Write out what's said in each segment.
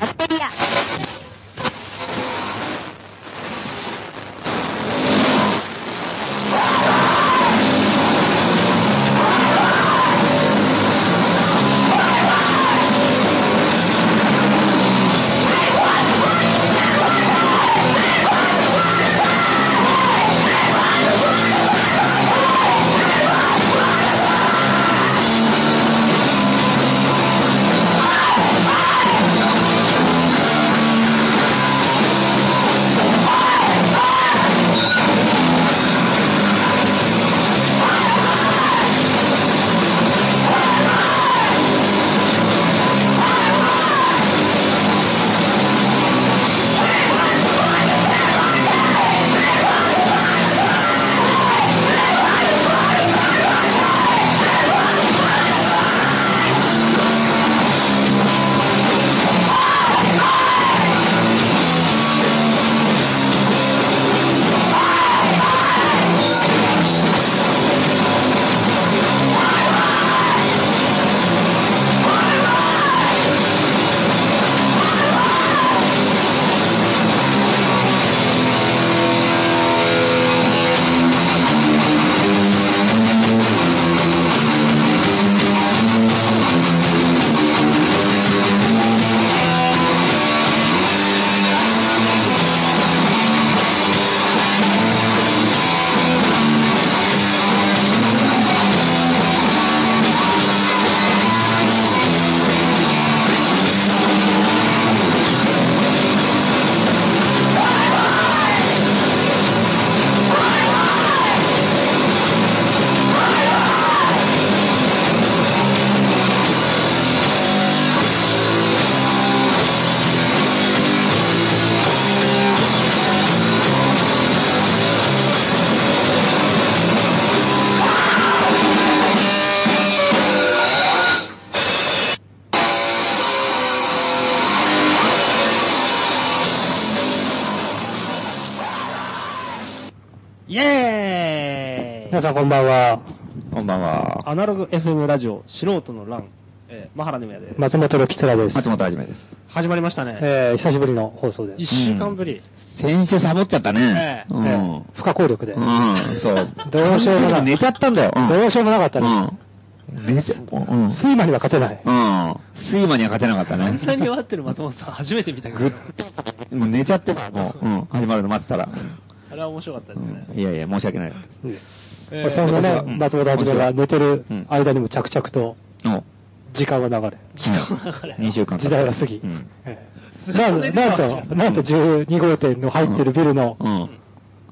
バッテリア。イエー皆イさんこんばんは。こんばんは。アナログ FM ラジオ素人の欄、えー、マハラネムヤです。松本のキツラです。松本はじめです。始まりましたね。えー、久しぶりの放送で。一週間ぶり。先週サボっちゃったね。ええうん。えー不可抗力で。うん、そう。どうしようもない寝ちゃったんだよ。んどうしようもなかったね。うん。寝ちゃ、うん。うん。睡魔には勝てない。睡魔には勝てなかったあんなね。に弱ってる松本さん初めて見たけぐどっ。と、もう寝ちゃってた、もう。うん。始まるの待ってたら。あれは面白かったですねう。んいやいや、申し訳ない。うんえーそんなね、うん松本はじめが寝てるうん間にも着々と の、時間が流れ。時間の流れ2週間経時った代が過ぎ。うん。えずーっとなん寝てたわけじゃなんないと、なんと12号店の入ってるビルの、うん。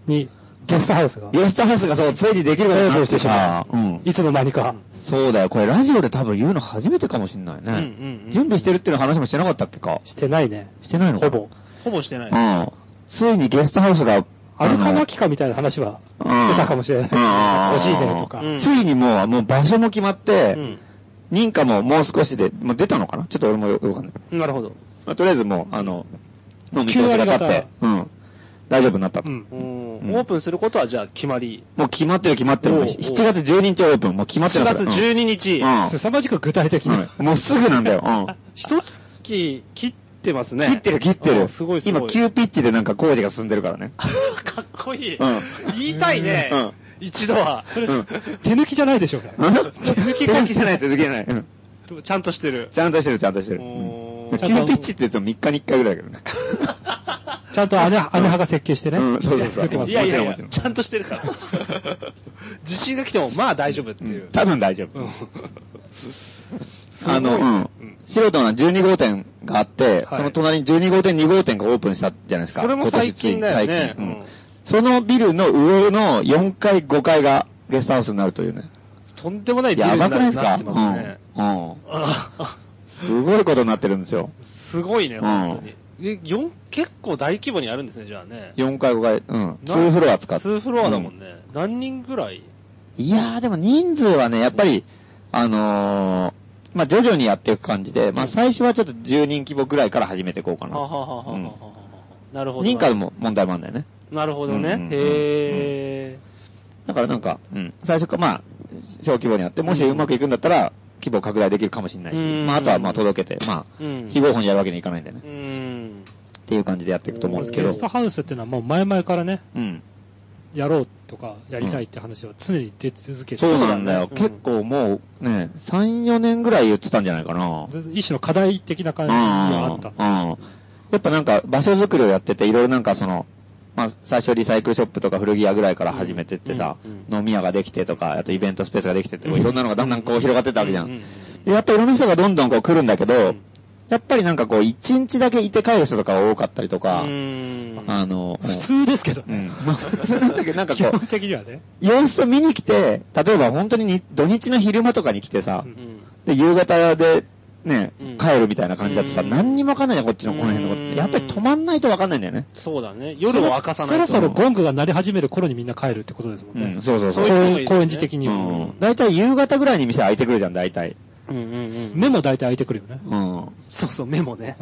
に、ゲストハウスが、ゲストハウスがそう、ついにできることに登な場っしててしまさ、う。いつの間にか。そうだよ。これラジオで多分言うの初めてかもしんないね。うんうんうん準備してるっていう話もしてなかったっけか。してないね。してないのかほなぼ。ほぼしてない。うん。ついにゲストハウスが、あるかのなきかみたいな話は出うんたかもしれない。うん欲しいねとか。うんついにもう、もう場所も決まって、うん認可ももう少しで、もう出たのかなちょっと俺もよくわかんない。なるほど。まあ、とりあえずもう、あの、もう見通9しが割立っ方て、うん。大丈夫になったと。うんうーんオープンすることはじゃあ決まり。もう決まってる決まってる。おうもおうう7月12日オープン、もう決まって7る。月12日、うん凄まじく具体的うんに。うんもうすぐなんだよ。うん。一月切ってますね。切ってる切ってうんる。すごいすごい。今急ピッチでなんか工事が進んでるからね。 かっこいい。うん言いたいね、うん一度は。うん手抜きじゃないでしょうね。手抜 抜きき手抜きじゃない手抜きじゃない。うんでもちゃんとしてる。ちゃんとしてる、ちゃんとしてる。おーうん急ピッチって言っても3日に1回ぐらいだけ どね。ちゃんと姉、姉派が設計してね。うんそうそうそう作ってますいやいやいもやちろんもちろん、ちゃんとしてる から。地震が来ても、まあ大丈夫っていう。多分大丈夫。うん あの、ううんん。素人の12号店があって、はいその隣に12号店、2号店がオープンしたじゃないですか。それも最近今年ついにだよね最近、うんうんそのビルの上の4階、5階がゲストハウスになるというね。とんでもないビルやにばくないですなかってますね。うん。うん。あすごいことになってるんですよ。すごいね、うん本当に。え、四結構大規模にあるんですね、じゃあね。 4階、5階、うん。な2フロア使って。 2フロアだもんね。何人ぐらいうん。いやー、でも人数はね、やっぱり、あのー、まあ、徐々にやっていく感じで、まあ、最初はちょっと10人規模ぐらいから始めていこうかな。ははははははうはんなるほど。認可で。も問題もあるんだよね。なるほどうんうんねう。んへえ。だからなんか、うん、最初か、まあ、小規模にやって、もしうまくいくんだったら、規模拡大できるかもしれないし、うんまあ、あとはまあ届けて、まあ、うん非合法にやるわけにいかないんでうね、ん。っていう感じでやっていくと思うんですけゲどス、トハウスっていうのはもう前々からね、うん。やろうとか、やりたいって話は常に出続けて、そうなんだよ。うん結構もうね、3、4年ぐらい言ってたんじゃないかな。一種の課題的な感じがあった。うん。うんやっぱなんか場所づくりをやってて、いろいろなんかその、まあ、最初リサイクルショップとか古着屋ぐらいから始めてってさ、うん飲み屋ができてとか、あとイベントスペースができてって、うんいろんなのがだんだんこう広がってったわけじゃうんうんん。うんでやっぱいろんな人がどんどんこう来るんだけど、うんやっぱりなんかこう、一日だけいて帰る人とかが多かったりとか、うんあの、普通ですけどうね。ん。まあ普通なんだけど、なんか基こ本的にはね。う、 様子を見に来て、例えば本当にに土日の昼間とかに来てさ、うんうんで、夕方で、ねうん、帰るみたいな感じだとさ、うん何にもわかんないじゃん、こっちの、この辺のこうと。んやっぱり止まんないとわかんないんだよね。そうだね。夜を明かさないと。そろそろゴングが鳴り始める頃にみんな帰るってことですもんうね。ん、そうそうそうそう。いう人もいるよね公園時的うにはん。。大体夕方ぐらいに店開いてくるじゃん、大体。うんうんうん。目も大体開いてくるよね。うん。そうそう、メモね。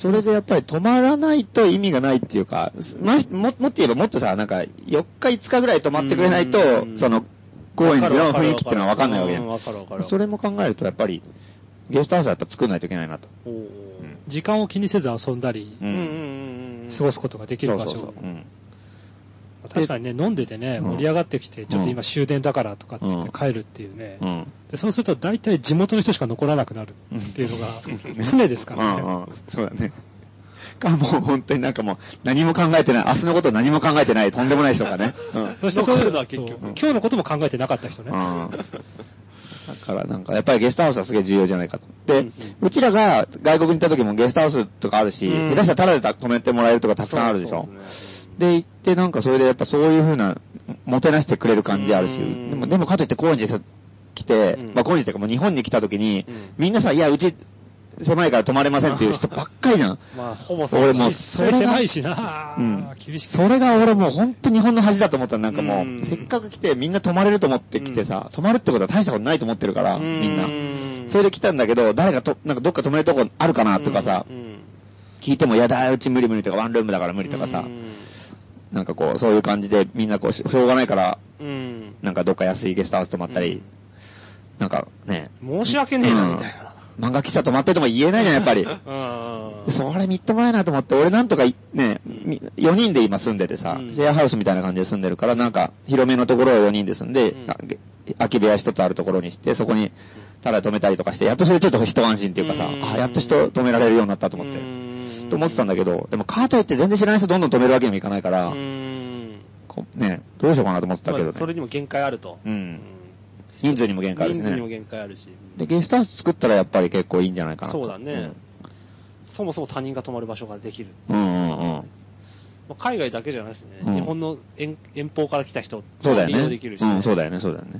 それでやっぱり止まらないと意味がないっていうか、ま、ももっと言えばもっとさ、なんか、4日5日ぐらい止まってくれないとうん、その、高円寺の雰囲気っていうのはわかんないわけじゃうんわかるわかるん。それも考えると、やっぱり、ゲストハウスだったら作んないといけないなと。おーうん時間を気にせず遊んだりう、うんうんん。うんうん。過ごすことができる場そうそ所う。そううん。確かにね、飲んでてね、うん盛り上がってきて、ちょっと今終電だからとかって言っうてん帰るっていうねう。ん。でそうすると大体地元の人しか残らなくなるっていうのが常ですからうんね。うん、そうだね。か、もう本当になんかもう、何も考えてない、明日のことを何も考えてない、とんでもない人がね。うん。そしてそういう残るな結局そう今日のことも考えてなかった人うね。ん。だからなんか、やっぱりゲストハウスはすげえ重要じゃないかと。うでん、うちらが外国に行った時もゲストハウスとかあるし、うん下手したらタダで泊めてもらえるとかたくさんあるでしょ。で、行ってなんかそれでやっぱそういうふうな、もてなしてくれる感じあるし、うんでも、でもかといって高円寺来て、うんまあ高円寺っていうかもう日本に来た時に、うんみんなさ、いや、うち狭いから泊まれませんっていう人ばっかりじゃん。 まあ、ほぼそう俺だもうねそそれれが狭いしなうん厳しく。それが俺もう本当日本の恥だと思ったらなんかうもう、んせっかく来てみんな泊まれると思って来てさ、泊まるってことは大したことないと思ってるから、みんうな。んそれで来たんだけど、誰かと、なんかどっか泊めるとこあるかなとかさ、聞いても、いやだ、うち無理無理とか、ワンルームだから無理とかさ、なんかこう、そういう感じでみんなこう、ししょうがないから、うん。なんかどっか安いゲストハウス泊まったり、なんかね、申し訳ねえな、みたい漫画喫茶泊まってても言えないじゃん、やっ ぱり。な。うん。それみっともないなと思って、俺なんとかい、ね、うん4人で今住んでてさ、うんシェアハウスみたいな感じで住んでるから、なんか、広めのところを4人で住んで、うんあげ空き部屋一つあるところにして、そこに、ただ止めたりとかして、やっとそれちょっと一安心っていうかさ、うんあ、やっと人止められるようになったと思って、うんと思ってたんだけど、でもカートって全然知らない人どんどん止めるわけにもいかないから、うん。こうね、どうしようかなと思ってたけどまあそれね。にも限界あると。うん人数にも限界あるし人数にもね。限界あるし。で、ゲストハウス作ったらやっぱり結構いいんじゃないかなとそうだね。そもそも他人が泊まる場所ができる。うんうんうんうん。まあ海外だけじゃないですね。うん日本の遠遠方から来た人そうだよ利用ね。できるし、うん、そうだよね、そうだよね。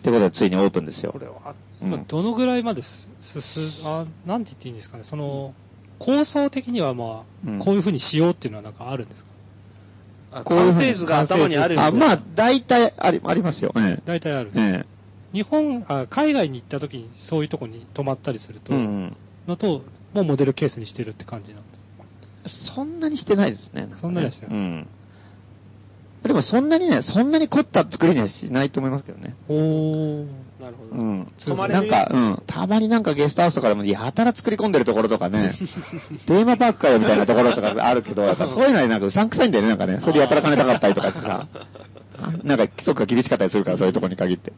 ってことで、ついにオープンですよこ。れは、うんまあどのぐらいまです進あ、なんて言っていいんですかね、その、構想的にはまうんあ、こういうふうにしようっていうのはなんかあるんですかあこういうふう完に成図が頭にあるんであ、まあ、大体あり、ありますよ。え大体あるえ。。え日本あ、海外に行った時にそういうとこに泊まったりするえ。うと、んうん。のと、もうモデルケースにしてるって感じなんです。そんなにしてないですね。そんなにはしてないうん。でも、そんなにね、そんなに凝った作りにはしないと思いますけどね。おー。なるほど。うん。泊まれなんるか、うん。たまになんかゲストハウスとかでも、やたら作り込んでるところとか ね、テーマパークかよみたいなところとかあるけど、やっぱそういうのはなんかうさんくさいんだよね、なんかね。それやたら金高かったりとかして さ。なんか規則が厳しかったりするから、そういうところに限って。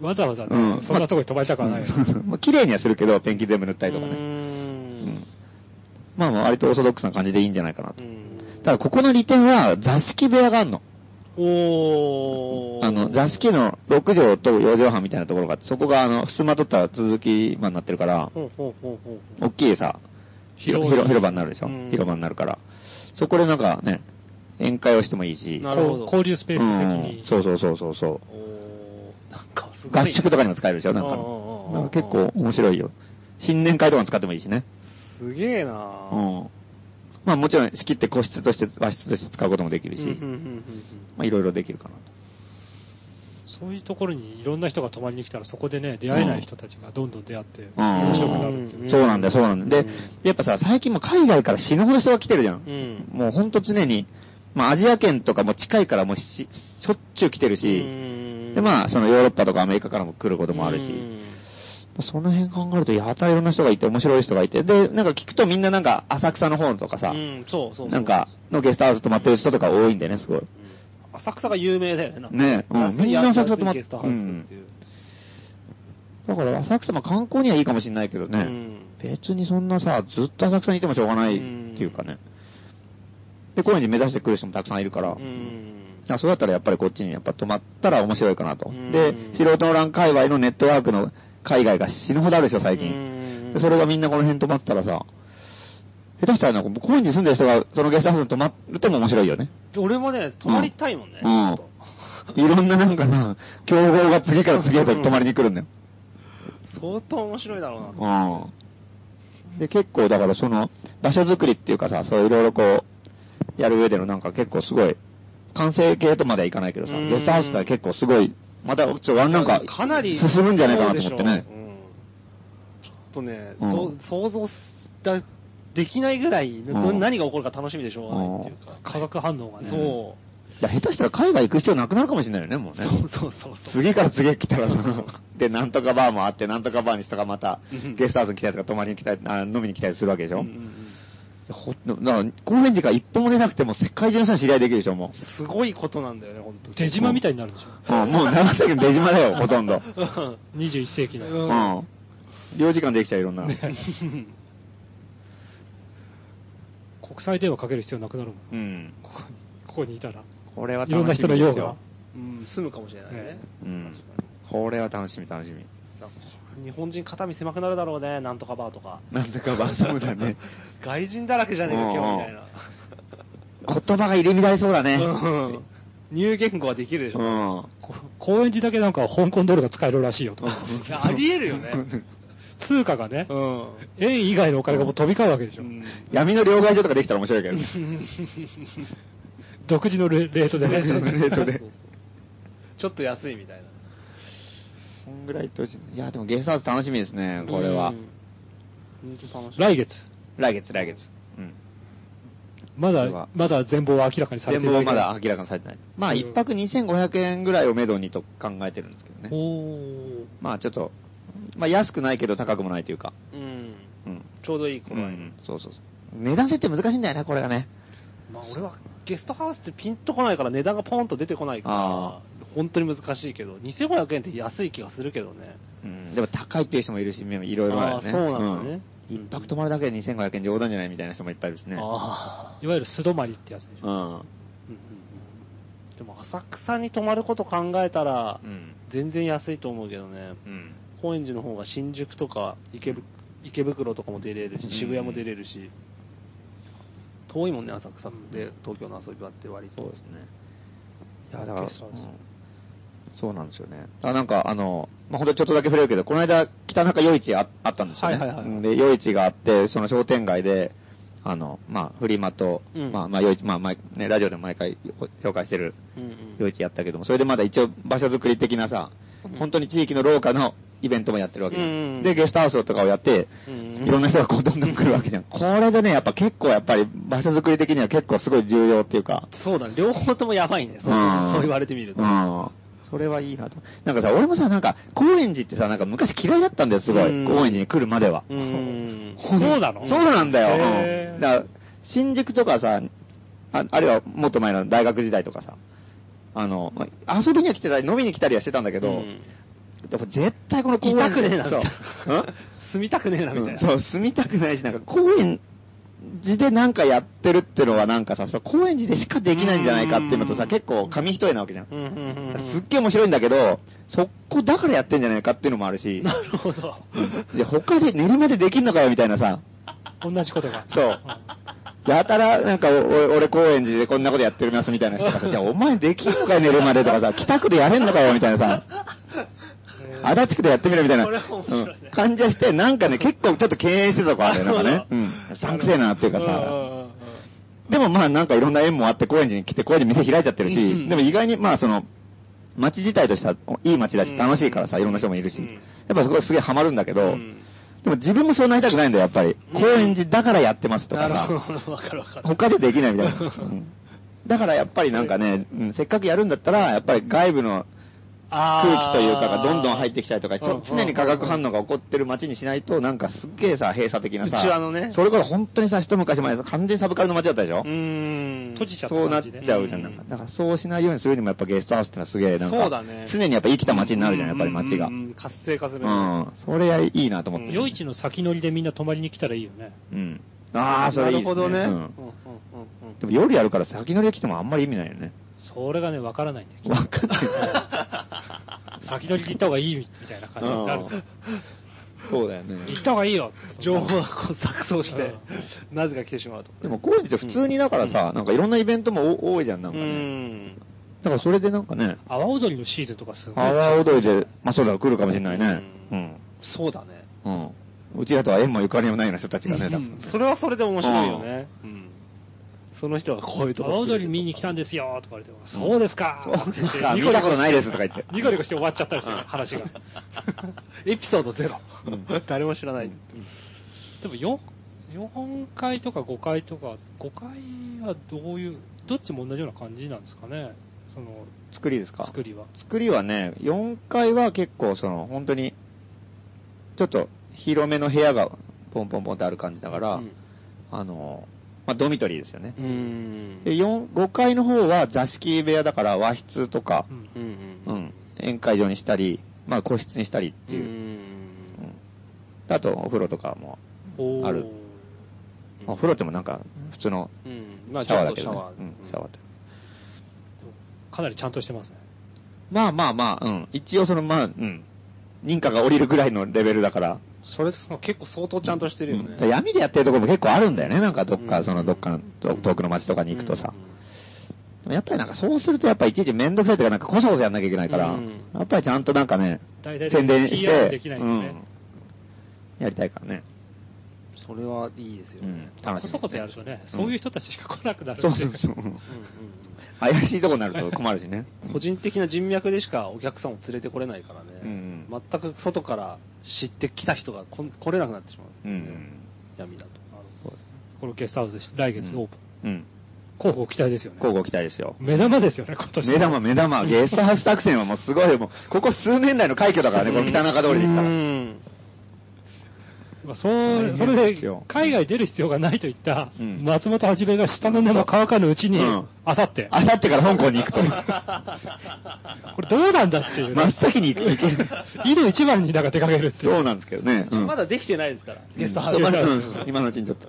わざわざね、うんそんなとこに泊まりたくはないよね、うん そうそうまあ綺麗にはするけど、ペンキ全部塗ったりとかうーね。うんん。まあまあ、割とオーソドックスな感じでいいんじゃないかなとう。んただ、ここの利点は、座敷部屋があるの。おー。あの、座敷の6畳と4畳半みたいなところがあって、そこが、あの、襖取った続き場になってるから、ほうほうほうほう大きいさ、広広い広広場になるでしょうん広場になるから。そこでなんかね、宴会をしてもいいし。なるほどこう交流スペース的うんに。そうそうそうそうそおー。なんかすう。ごい。合宿とかにも使えるでしょなんかうんうんうんうんなんか結構面白いよ。新年会とかに使ってもいいしね。すげえなうぁ。ん。まあもちろん仕切って個室として、和室として使うこともできうるんし、うんうんうんまあいろいろできるかなと。そういうところにいろんな人が泊まりに来たら、そこでね、出会えない人たちがどんどん出会って、うん面白くなるっていう。んそうなんだよ、そうなんだよ。でうん、やっぱさ、最近も海外から死ぬほど人が来てるじゃん。うんもうほんと常に、まあアジア圏とかも近いからもうししょっちゅう来てるうし、んで、まあ、そのヨーロッパとかアメリカからも来ることもあるし、うんその辺考えると、やたらいろんな人がいて、面白い人がいて、で、なんか聞くとみんななんか浅草の方とかさ、うん、そうそう。なんか、のゲストハウス泊まってる人とか多いんでね、すごい。うん、浅草が有名だよね、なんかねえうん安いみんな浅草泊まっ安いゲストハウスっていう。だから浅草も観光にはいいかもしれないけどね、うん別にそんなさ、ずっと浅草にいてもしょうがないっていうかね。で、高円寺目指してくる人もたくさんいるかうら、ん。あそうだったらやっぱりこっちにやっぱ泊まったら面白いかなと。うんで、素人の欄界隈のネットワークの海外が死ぬほどあるでしょ、最う近。んでそれがみんなこの辺泊まったらさ、下手したらなんか、高円寺住んでる人がそのゲストハウスに泊まるとも面白いよね。俺もね、泊まりたいもんね。うんちょっといろんななんかさ、競合が次から次へと泊まりに来るんだよ。相当面白いだろうなと思うん。で、結構だからその、場所作りっていうかさ、そういろいろこう、やる上でのなんか結構すごい、完成形とまではいかないけどさ、うんゲストハウスってのは結構すごい、またちょっとワンランいクやかなり進むんじゃないかなと思ってねそう。でしょううんちょっとね、うんそう想像すだできないぐらい、どうん何が起こるか楽しみでしょうがないっていうか。化学反応がね。そいや、下手したら海外行く必要なくなるかもしれないよね、もうう。ね。そうそうそうそう。次から次へ来たらその、で、なんとかバーもあって、なんとかバーに人がまたうん、ゲストハウスに来たりとか、泊まりに来たり、あ飲みに来たりするわけでしうょ。んうんうんほだから、高円寺から一本も出なくても、世界中の人に知り合いできるでしょ、もう。すごいことなんだよね、本当出島みたいになるでしうん、もう長崎の出島だよ、ほとん ど。うんょ。21世紀の。うん。領時間できちゃう、いろんな。国際電話かける必要なくなるもん。うん。ここにここにいたら。これはいろんな楽し人のみで用すよが。。うん、住むかもしれないねえ。うん。これは楽しみ、楽しみ。なんか日本人肩身狭くなるだろうね、なんとかバーとか。なんだかバサム だね。外人だらけじゃねえか、今日みたいな。言葉が入れ乱れそうだね。うん入言語はできるでしうょ。ん。こ高円寺だけなんか香港ドルが使えるらしいよと。いやありえるよね。通貨がねう、ん。円以外のお金がもう飛び交うわけでしょ。闇の両替所とかできたら面白いけどね。 独自のレレートでね。レートで。ちょっと安いみたいな。そんぐらいとしい。いや、でもゲストハウス楽しみですね、これはう。ん。本当楽しみ。 来月。来月、来月。うん。まこれはだ、まだ全貌は明らかにされ全てない。貌まだ明らかにされてない。まあ、うん一泊2500円ぐらいをめどにと考えてるんですけどね。おーまあちょっと、まあ安くないけど高くもないというか。うん。うん。ちょうどいいこ頃の合い辺そうそうそう。値段設定難しいんだよね、これがね。まあ俺はゲストハウスってピンとこないから値段がポンと出てこないあから、本当に難しいけど、2500円って安い気がするけどね。うん。でも高いっていう人もいるし、いろいろあるよあね。ーそうなんだねうん一泊泊まるだけで2500円冗談じゃないみたいな人もいっぱいいるしね。ああ。いわゆる素泊まりってやつでしうょ。ん。うんうんうんでも浅草に泊まること考えたらう、ん。全然安いと思うけどね。うん。高円寺の方が新宿とか池ぶ池袋とかも出れるうんし、渋谷も出れるし、遠いもんね、浅草で東京の遊び場って割そうとです。ね。いや、だから、ゲストハウスうんそうなんですよね。あなんか、あの、まあ、本当にちょっとだけ触れるけど、この間、北中余市ああったんですよね。はいはいはいはいで、余市があって、その商店街で、あの、まあ、フリマと、うんまあ、まあ、余市、まあ、毎ね、ラジオでも毎回紹介してるうんうん余市やったけども、それでまだ一応場所づくり的なさ、本当に地域の廊下のイベントもやってるわけじゃん。うんうんで、ゲストハウスとかをやって、うんうんいろんな人がこうどんどん来るわけじゃん。これでね、やっぱ結構やっぱり場所づくり的には結構すごい重要っていうか、そうだね、両方ともやばいね、そうそう言われてみると。うん。それはいいなと。なんかさ、俺もさ、なんか、高円寺ってさ、なんか昔嫌いだったんだよ、すごい。うん高円寺に来るまでは。うんそうなの そうなんだへよ。ーうんだから、新宿とかさ、ああるいはもっと前の大学時代とかさ、あの、まあ遊びには来てたり、飲みに来たりはしてたんだけど、うんでも絶対この高行き円寺たくねえな、みたいそううんな。住みたくねえな、みたいな。うんそう、住みたくないし、なんか高円寺でなんかやってるってのはなんかさ、そう高円寺でしかできないんじゃないかっていうのとうさ、ん結構紙一重なわけじゃん。うんうんうんすっげえ面白いんだけど、そこだからやってんじゃないかっていうのもあるし、 なるほど。で他で練馬でできんのかよみたいなさ、同じことが。そう。やたら、なんか、おお俺、高円寺でこんなことやってるますみたいな人がさ、じゃあ、お前できんのかよ、練馬でとかさ、北区でやれんのかよ、みたいなさ、足立区でやってみるみたいな、これは面白いねうん感じはして、なんかね、結構ちょっと敬遠してたとこあるよ、なんかね。うん。うさんくせえな、っていうかうんさ。うんうんでもまあ、なんかいろんな縁もあって、高円寺に来て、高円寺店開いちゃってるし、うんでも意外に、まあ、その、街自体としては、いい街だうし、ん楽しいからさ、いろんな人もいるし、うんやっぱそこすげえハマるんだけど、うんでも自分もそうなりたくないんだよ、やっぱり。うん高円寺だからやってますとなかるさ、ほど、わかるわかる。他じゃできないみたいな。うんだからやっぱりなんかね、うんせっかくやるんだったら、やっぱり外部のあー空気というかがどんどん入ってきたりとか、ちうんうんょ常に化学反応が起こってる街にしないと、なんかすっげえさ、閉鎖的なさ、うちわのねそれこそ本当にさ、一昔前さ、完全にサブカルの街だったでしうょ、ーん。閉じちゃったそう感なっじで。ちゃうじゃん、なんか。だからそうしないようにするにもやっぱゲストハウスってのはすげえ、なんか、そうだね常にやっぱ生きた街になるじゃん、やっぱり街が。ううんうんんうん活性化するね。それはいいなと思ってる。夜市の先乗りでみんな泊まりに来たらいいよね。うん。ああ、それいいなでるほどすね。ね。ううんうんうんんうんでも夜やるから先乗りで来てもあんまり意味ないよね。それがね、わからないんだ よ。わかんな い。先乗りで行った方がいいみたいな感じになる。そうだよね行った方がいいよ情報がこう錯綜して、なぜか来てしまうと。でも工事って普通にだからさ、なんかいろんなイベントも多多いじゃん、なんかうね。ん。だからそれでなんかね、阿波踊りのシーズンとかすごい。阿波踊りで、まあそうだ、来るかもしれないね。うん。そうだね。うん。うちらとは縁もゆかりもないような人たちがね、たくさんねそれはそれで面白いよね。うん。その人がこういうと阿こ波踊り見に来たんですよとか言われて、そうですかそうって言ってあ見たことないですとか言ってニコニコして終わっちゃったりする、話が。 エピソードゼロうん。誰も知らない。でもよ4回とか5回とか、5回はどういう、どっちも同じような感じなんですかね、その作りですか作りは。作りはね、4階は結構その、本当に、ちょっと広めの部屋がポンポンポンってある感じだから、うんあの、まあドミトリーですよね。うんで、四5階の方は座敷部屋だから和室とか、うんうんううんん、宴会場にしたり、まあ個室にしたりっていう。うんあと、お風呂とかも。おーあるまあお風呂ってもなんか、普通のうんシまあャワーだけど、ちょっとねシャワーうん、シャワーって。かなりちゃんとしてますね。まあまあまあ、うん。一応その、まあ、うん。認可が下りるぐらいのレベルだから。それその結構相当ちゃんとしてるようんねだから。闇でやってるところも結構あるんだよね。なんかどっか、うんそのどっかのと遠くの街とかに行くとさ。うんでもやっぱりなんかそうするとやっぱいちいちめんどくさいというかなんかこそこそやんなきゃいけないから、うんやっぱりちゃんとなんかね、大体宣伝して、 PR できないんうでね。ん。やりたいからね。それはいいですよね。うん楽しみですねこそこそやるとね、そういう人たちしか来なくなるんでそうそうそう。ううんんうん怪しいとこになると困るしね。個人的な人脈でしかお客さんを連れてこれないからね、うんうん全く外から知ってきた人がこん来れなくなってしまう、うん。闇だと。このゲストハウス、来月オープン。うん。候補期待ですよね。交互期待ですよ。目玉ですよね、今年。目玉、目玉、ゲストハウス作戦はもうすごい、もう、ここ数年来の快挙だからね、この北中通りで行ったうら。ん まあ、そう、それで、海外出る必要がないと言った、うん松本はじめが下の根の乾かぬうちにうん、あさって、あさってから香港に行くと。これどうなんだっていう、真っね。先に行く行け る。いる一番になんか出かけるってい。そううなんですけどね。うんまだできてないですから、ゲストハウうス。んまだうん今のうちにちょっと。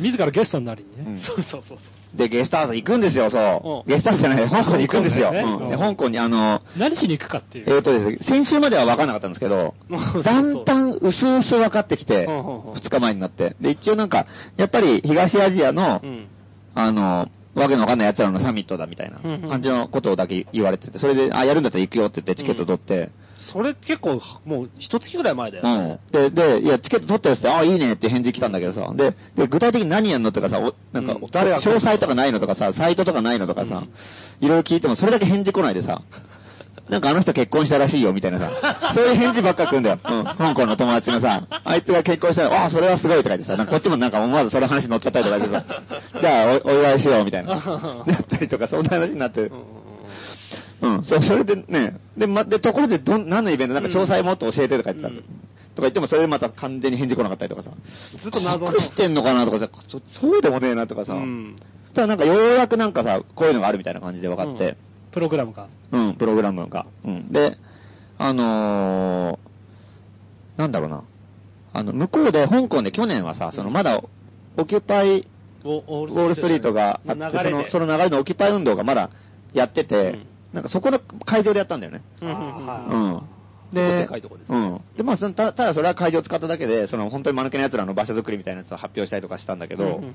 自らゲストになりにね。うんそうそうそう。で、ゲストハウス行くんですよ、そうう。んゲストハウスじゃない、香港に行くんですよ。香港ねうんでうん香港に、あの、何しに行くかってえいう。ーとですね、先週までは分かんなかったんですけど、そうだんだん薄々分かってきて、うんうんうん2日前になって。で、一応なんか、やっぱり東アジアのう、ん。あの、わけのわかんない奴らのサミットだみたいなうんうん感じのことをだけ言われてて、それで、あ、やるんだったら行くよって言ってチケット取って、それ結構、もう一月ぐらい前だようねん。。で、で、いや、チケット取ったよって言って、あ、いいねって返事来たんだけどさ、で、で具体的に何やんのとかさ、おなんか、うん誰詳が細とかないのとかさ、サイトとかないのとかさ、いろいろ聞いても、それだけ返事来ないでさ、なんかあの人結婚したらしいよみたいなさ、そういう返事ばっか来るんだよ。うん。香港の友達のさ、あいつが結婚したら、あ、それはすごいとか言ってさ、なんかこっちもなんか思わずその話に乗っちゃったりとかして さ、じゃあおお祝いしようみたいな、なったりとか、そんな話になってるうんうんうん、そそれでね、で、ま、で、ところでどん、何のイベント、なんか詳細もっと教えてとか言ってた、うんとか言っても、それでまた完全に返事来なかったりとかさ、うんずっと謎の隠してんのかなとかさ、そそうでもねえなとかさ、うんそしたらなんかようやくなんかさ、こういうのがあるみたいな感じで分かって、プログラムが。うん、プログラムが。うん。で、あのー、なんだろうな、あの、向こうで、香港で去年はさ、そのまだ、オキュパイ、ウウォールストリートがあって、そのその流れのオキュパイ運動がまだやってて、なんかそこの会場でやったんだよね。うんうんうんあうん。結構ででかいとこですうねん。で、まあ、そのたただそれは会場を使っただけで、その本当に間抜けな奴らの場所作りみたいなやつを発表したりとかしたんだけど、うんうんうん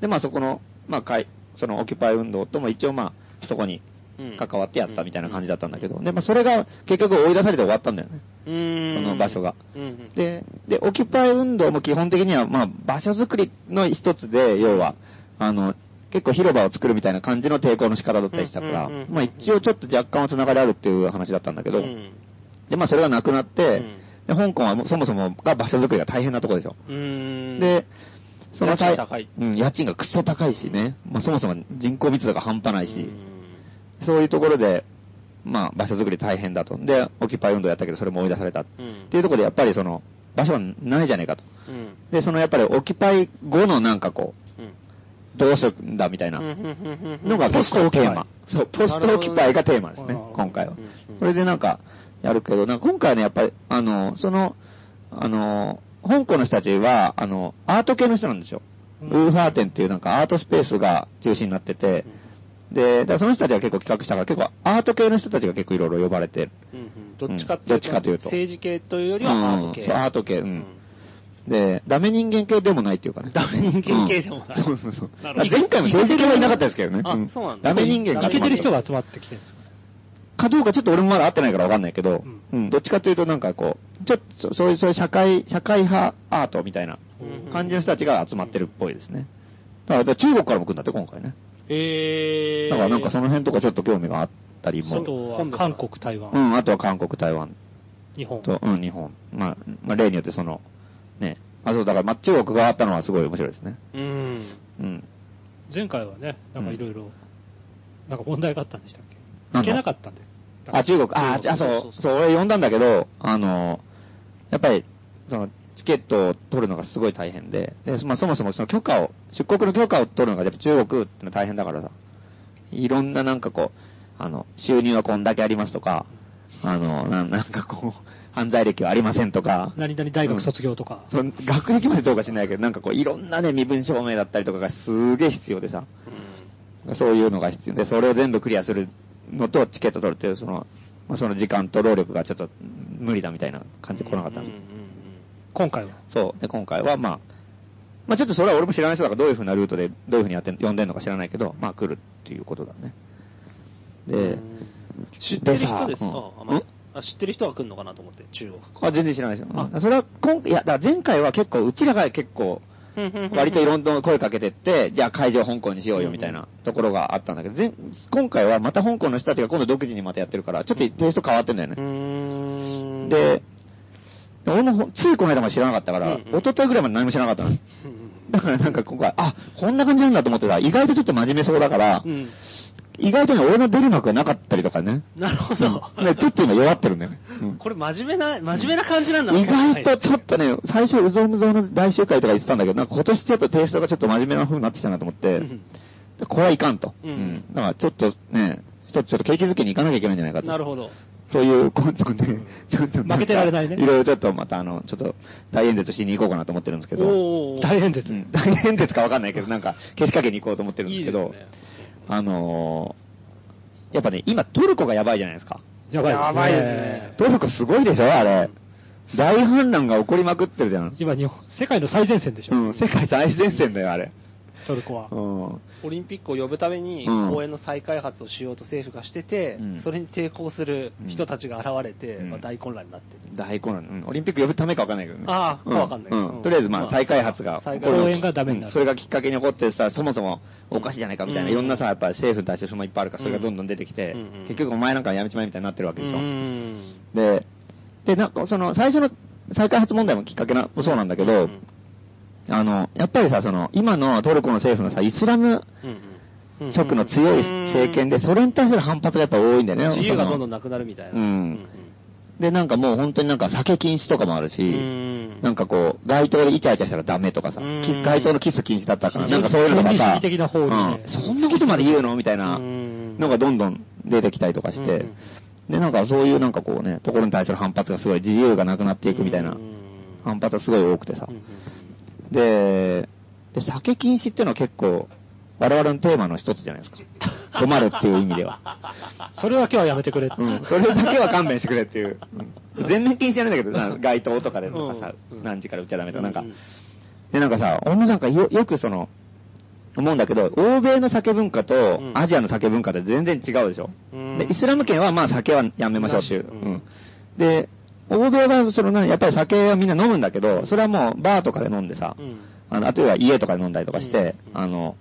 で、まあそこの、まあ、会そのオキュパイ運動とも一応まあ、そこにうん関わってやったみたいな感じだったんだけど、で、まあそれが結局追い出されて終わったんだよね。うんその場所がうんうんで、で、オキュパイ運動も基本的には、まあ、場所づくりの一つで、要は、あの、結構広場を作るみたいな感じの抵抗の仕方だったりしたから、うんうんうんうんまあ一応ちょっと若干はつながりあるっていう話だったんだけど、うんで、まあそれがなくなって、うで、香港はもうそもそもが場所づくりが大変なとこでしょ。うんで、その家賃際が高いうん、家賃がクソ高いしね、まあそもそも人口密度が半端ないし、うんそういうところで、まあ、場所作り大変だと。で、オキパイ運動やったけど、それも追い出された。うんっていうところで、やっぱりその、場所はないじゃねえかと。うん。で、そのやっぱりオキパイ後のなんかこうん。う、どうしようんだみたいなののが結構テーマ。そう、ポストオキパイがテーマですなねるほど、今回はうんうん。それでなんか、やるけど、なんか今回はね、やっぱり、あの、その、あの、香港の人たちは、あの、アート系の人なんですよ。うウんーファー店っていうなんかアートスペースが中心になってて、で、だからその人たちが結構企画したから、結構アート系の人たちが結構いろいろ呼ばれてる。うんうんどっちかどっちかというと政治系というよりはアート系。うんそうアート系、うん。で、ダメ人間系でもないっていうかね。ダメ人間系でもないうんそうそうそう。なるほど前回も政治系はいなかったですけどね。あんそうなんだダメ人間いけてる人がが集まってきてるんですかかどうかちょっと俺もまだ会ってないからわかんないけど、う、うんどっちかというとなんかこう、ちょっとそういう、そういう社会、社会派アートみたいなうん感じの人たちが集まってるっぽいですね。だから中国からも来るんだって、今回ね。えー。だからなんかその辺とかちょっと興味があったりあも。と今は度から韓国、台湾、うん、あとは韓国、台湾日本。と、うん、日本。まあ、まあ、例によってその、ね。あ、そう、だから、まあ、中国があったのはすごい面白いですね。うん。うん。前回はね、なんかいろいろ、なんか問題があったんでしたっけなん行だけなかったんで。あ、中国、あ、あそう、そう、俺呼んだんだけど、あの、やっぱり、その、チケットを取るのがすごい大変で、で、まあ、そもそもその許可を、出国の許可を取るのが、やっぱ中国ってのは大変だからさ、いろんななんかこう、あの、収入はこんだけありますとか、あの、ななんかこう、犯罪歴はありませんとか、何々大学卒業とか。その学歴までどうか知らないけど、なんかこう、いろんなね、身分証明だったりとかがすげえ必要でさ、そういうのが必要で、それを全部クリアするのと、チケット取るっていう、その、まあ、その時間と労力がちょっと無理だみたいな感じで来なかったんですよ。今回は。そう。で、今回はまあ、まあちょっとそれは俺も知らない人だからどういうふうなルートで、どういうふうにやって、呼んでるのか知らないけど、まあ来るっていうことだね。で、知ってる人ですうかんあまあ知ってる人は来るのかなと思って、中あ、全然知らないですよ。あそれは今回、いや、だから前回は結構、うちらが結構、国。割といろんな声かけてって、じゃあ会場香港にしようよみたいなところがあったんだけど、前今回はまた香港の人たちが今度独自にまたやってるから、ちょっとテイスト変わってんだよね。んで、俺もほんついこの間まで知らなかったかうらん、うん一昨日ぐらいまで何も知らなかったの。だからなんか今回、あ、こんな感じなんだと思ってた。意外とちょっと真面目そうだから、うん。意外とね、俺の出る幕がなかったりとかね。なるほうんね、ちょっと今弱ってるんだよね。うんこれ真面目な、真面目な感じなんだ意外とちょっとね、最初うぞうむぞうの大集会とか言ってたんだけど、なんか今年ちょっとテイストがちょっと真面目な風になってきたなと思って、でこれはいかんと。うんだからちょっとね、ちょっとちょっと景気づけに行かなきゃいけないんじゃないかと。なるほど。ということで、ちょっとなんか負けてられないねいろいろちょっとまたあの、ちょっと大演説しに行こうかなと思ってるんですけど、おー大変ですうね。ん大演説かわかんないけど、なんか、けしかけに行こうと思ってるんでいすいけですど、ね。あのーやっぱね、今トルコがやばいじゃないですか。やばいですね。やばいですねトルコすごいでしょあれ。大反乱が起こりまくってるじゃん。今日本、世界の最前線でしょ、うん、世界最前線だよ、あれ。トルコはう。ん。オリンピックを呼ぶために、うん公園の再開発をしようと政府がしてて、うんそれに抵抗する人たちが現れて、うんまあ、大混乱になってる。大混乱。うんオリンピック呼ぶためかわかんないけどね。ああうんかわかんないけどうんとりあえず、ままあ、あ再開発が再起開こ発る。応援がダメになるうんそれがきっかけに起こってさ、そもそもおかしいじゃないかみたいうな、んいろんなさ、やっぱ政府に対して不満いっぱいあるから、それがどんどん出てきて、うんうん結局お前なんかやめちまえみたいになってるわけでしょ。ん。で、で、なんかその最初の再開発問題もきっかけな、もそうなんだけど、うんあの、やっぱりさ、その、今のトルコの政府のさ、イスラムうんうん色の強い政権で、それに対する反発がやっぱ多いんだよね。自由がそのどんどんなくなるみたいな。うんで、なんかもう本当になんか酒禁止とかもあるし、うんなんかこう、街頭でイチャイチャしたらダメとかさ、うんき街頭のキス禁止だったから、うんなんかそういうのがまた、民主主義的な方にねうんそんなことまで言うのみたいなうんのがどんどん出てきたりとかして、うんで、なんかそういうなんかこうね、ところに対する反発がすごい、自由がなくなっていくみたいなうん反発がすごい多くてさうんう、んで、で酒禁止っていうのは結構、我々のテーマの一つじゃないですか。困るっていう意味では。それは今日はやめてくれって。うん。それだけは勘弁してくれっていう。うん全面禁止じゃないんだけどさ、街頭とかでなんかさ、うん何時から打っちゃダメとか、なんかうん、で、なんかさ、俺もなんかよ、よくその、思うんだけど、欧米の酒文化とうんアジアの酒文化って全然違うでしょ。うんで、イスラム圏はまあ酒はやめましょうっていう。ううんん。で、欧米はそのな、やっぱり酒はみんな飲むんだけど、それはもうバーとかで飲んでさ、うんあの、あとは家とかで飲んだりとかして、うんあの、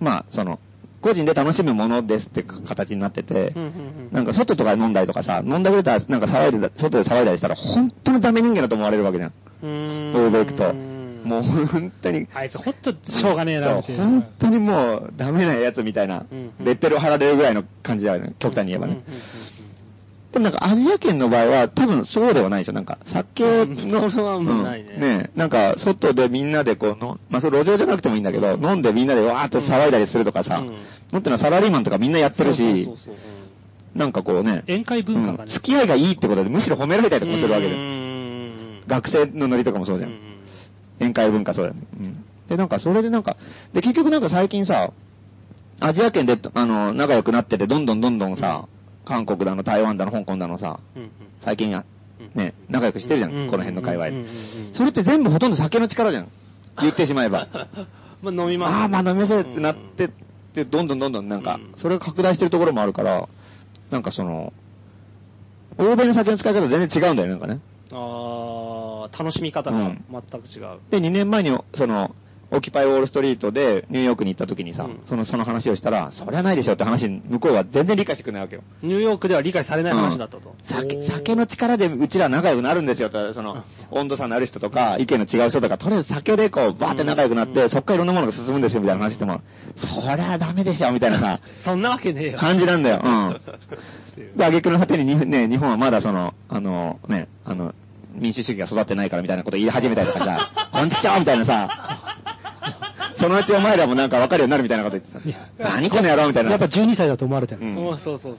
まあ、その、個人で楽しむものですって形になってて、うんうんなんか外とかで飲んだりとかさ、飲んだくれたら、なんか騒いでた、外で騒いだりしたら、本当にダメ人間だと思われるわけじゃん。うん欧米行くと。もう本当に。あいつほんとしょうがねえなみたいなそう本当にもうダメなやつみたいなうん、レッテルを貼られるぐらいの感じだよね、極端に言えばねうんうんうんうん。でもなんかアジア圏の場合は多分そうではないでしょ。なんか酒の、それはもうないねんねえなんか外でみんなでこうの、まあそれ路上じゃなくてもいいんだけど、飲んでみんなでわーって騒いだりするとかさ、うんのってのはサラリーマンとかみんなやってるしそう、そうそううんなんかこうね、宴会文化がうんね。付き合いがいいってことでむしろ褒められたりとかするわけでうんうんうん学生のノリとかもそうじゃん。うんうん宴会文化そうだよね。うん。で、なんかそれでなんか、で、結局なんか最近さ、アジア圏で、あの、仲良くなってて、どんどんどんどんさ、韓国だの、台湾だの、香港だのさ、うんうん最近やうん、ね、仲良くしてるじゃん、うんうんこの辺の界うんうんう隈んう。んそれって全部ほとんど酒の力じゃん。言ってしまえば。 まあ飲みます、ああ、まあ飲みそうってなって、ってどんどんどんどんなんか、うんそれが拡大してるところもあるから、なんかその、欧米の酒の使い方全然違うんだよね、なんかね。ああ、楽しみ方が全く違う。で、2年前に、その、オキパイウォールストリートでニューヨークに行った時にさ、うんその、その話をしたら、そりゃないでしょって話、向こうは全然理解してくれないわけよ。ニューヨークでは理解されない話だったと。酒酒の力でうちら仲良くなるんですよと、その、温度差のある人とか、意見の違う人とか、とりあえず酒でこう、バーって仲良くなって、うんそっからいろんなものが進むんですよみたいな話しても、そりゃダメでしょみたいなさ、そんなわけねえよ。感じなんだよ。 うん。っていうで、挙句の果てにに、ね、日本はまだその、あの、ね、あの、民主主義が育ってないからみたいなこと言い始めたりと かさ、こんちきしょみたいなさ、そのうちお前らもなんか分かるようになるみたいなこと言ってた。何この野郎みたいな。やっぱ12歳だと思われてる。うんうんそうそうそう。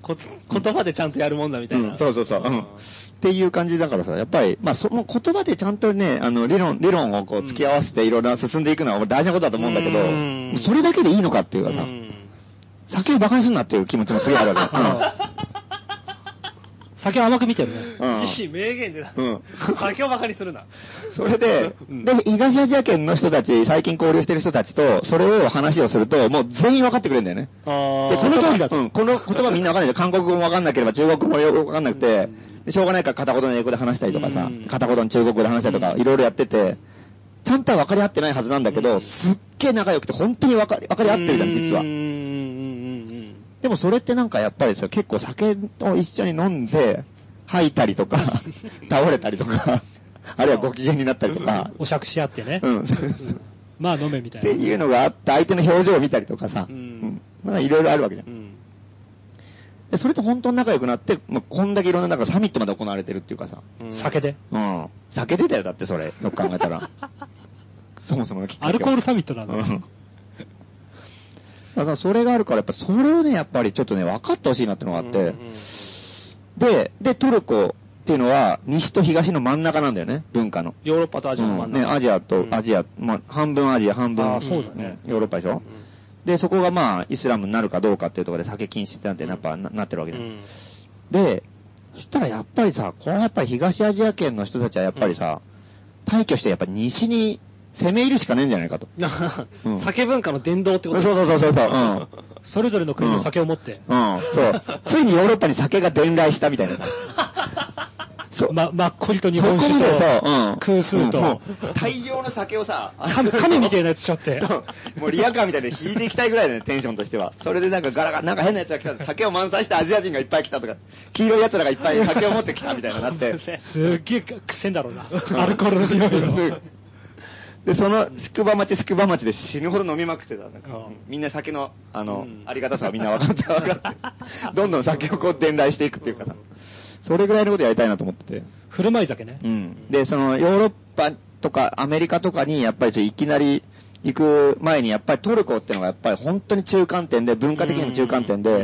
こ言葉でちゃんとやるもんだみたいな。うんそうそうそう。うん。っていう感じだからさ、やっぱり、まあ、その言葉でちゃんとね、あの、理論、理論をこう、うん付き合わせていろいろ進んでいくのは大事なことだと思うんだけど、うんそれだけでいいのかっていううかさ、ん。酒を馬鹿にすんなっていう気持ちもすげえあるわけ。酒甘く見てる ね。うんうんいい名言でな。うん酒をばかりす るな。それで、うんで、東アジア圏の人たち、最近交流してる人たちと、それを話をすると、もう全員分かってくれるんだよね。あで、ーその通りだうん、この言葉みんな分かんないで、韓国語も分かんなければ、中国語もよく分かんなくて、でしょうがないから片言の英語で話したりとかさうん、片言の中国語で話したりとか、いろいろやってて、ちゃんとは分かり合ってないはずなんだけうど、んすっげえ仲良くて、本当に分かり分かり合ってるじゃん、実はうん。うんうんうんでもそれってなんかやっぱりさ、結構酒を一緒に飲んで、吐いたりとか、倒れたりとか、あるいはご機嫌になったりとか、お酌し合ってね。うん。まあ飲めみたっいてな。いうのがあって、相手の表情を見たりとかさ、ううんんまあいろいろあるわけじゃ。うんん。でそれと本当に仲良くなって、まあ、こんだけいろんな、なんかサミットまで行われてるっていうかさ、うん酒。で。うん。酒出たよ、だってそれ、よく考え たら。そもそものきっかけはアルコールサミットなんだうんだからそれがあるから、やっぱそれをね、やっぱりちょっとね、分かってほしいなってのがあって、うんうんで、で、トルコっていうのは、西と東の真ん中なんだよね、文化の。ヨーロッパとアジアの真ん中。うんね、アジアとう、んアジア、まあ、半分アジア、半分、あーそうだねんヨーロッパでしょ、で、そこがまあ、イスラムになるかどうかっていうところで酒禁止ってなんてやっぱな,、なってるわけうじゃんんで、そしたらやっぱりさ、これはやっぱり東アジア圏の人たちはやっぱりさ、退去してやっぱ西に攻め入るしかねえんじゃないかと。う ん酒文化の伝道ってそこうとそうそうそうそう、うん。それぞれ の国の酒を持って、うん、そう。ついにヨーロッパに酒が伝来したみたいなさ。 そう。ま、まっこりと日そこ本ま酒でと、そう、うん。空数うんもと、う大量の酒をさ、 亀亀みたいなやつしちゃって。そうもうリアカーみたいで引いていきたいぐらいだよね、テンションとしては。それでなんかガラガラ、なんか変なやつが来た。酒を満載してアジア人がいっぱい来たとか、黄色い奴らがいっぱい酒を持ってきたみたいになって。すっげえ癖んだろうな。 アルコールの匂いの。で、その宿場町宿場町で死ぬほど飲みまくってた。なんうかんみんな酒の、あの、うんありがたさはみんな分かって分かって。どんどん酒をこう伝来していくっていうかさ。それぐらいのことやりたいなと思ってて。振る舞い酒ねう。ん。で、その、ヨーロッパとかアメリカとかに、やっぱりそういきなり行く前に、やっぱりトルコってのがやっぱり本当に中間点で、文化的にも中間点うんで、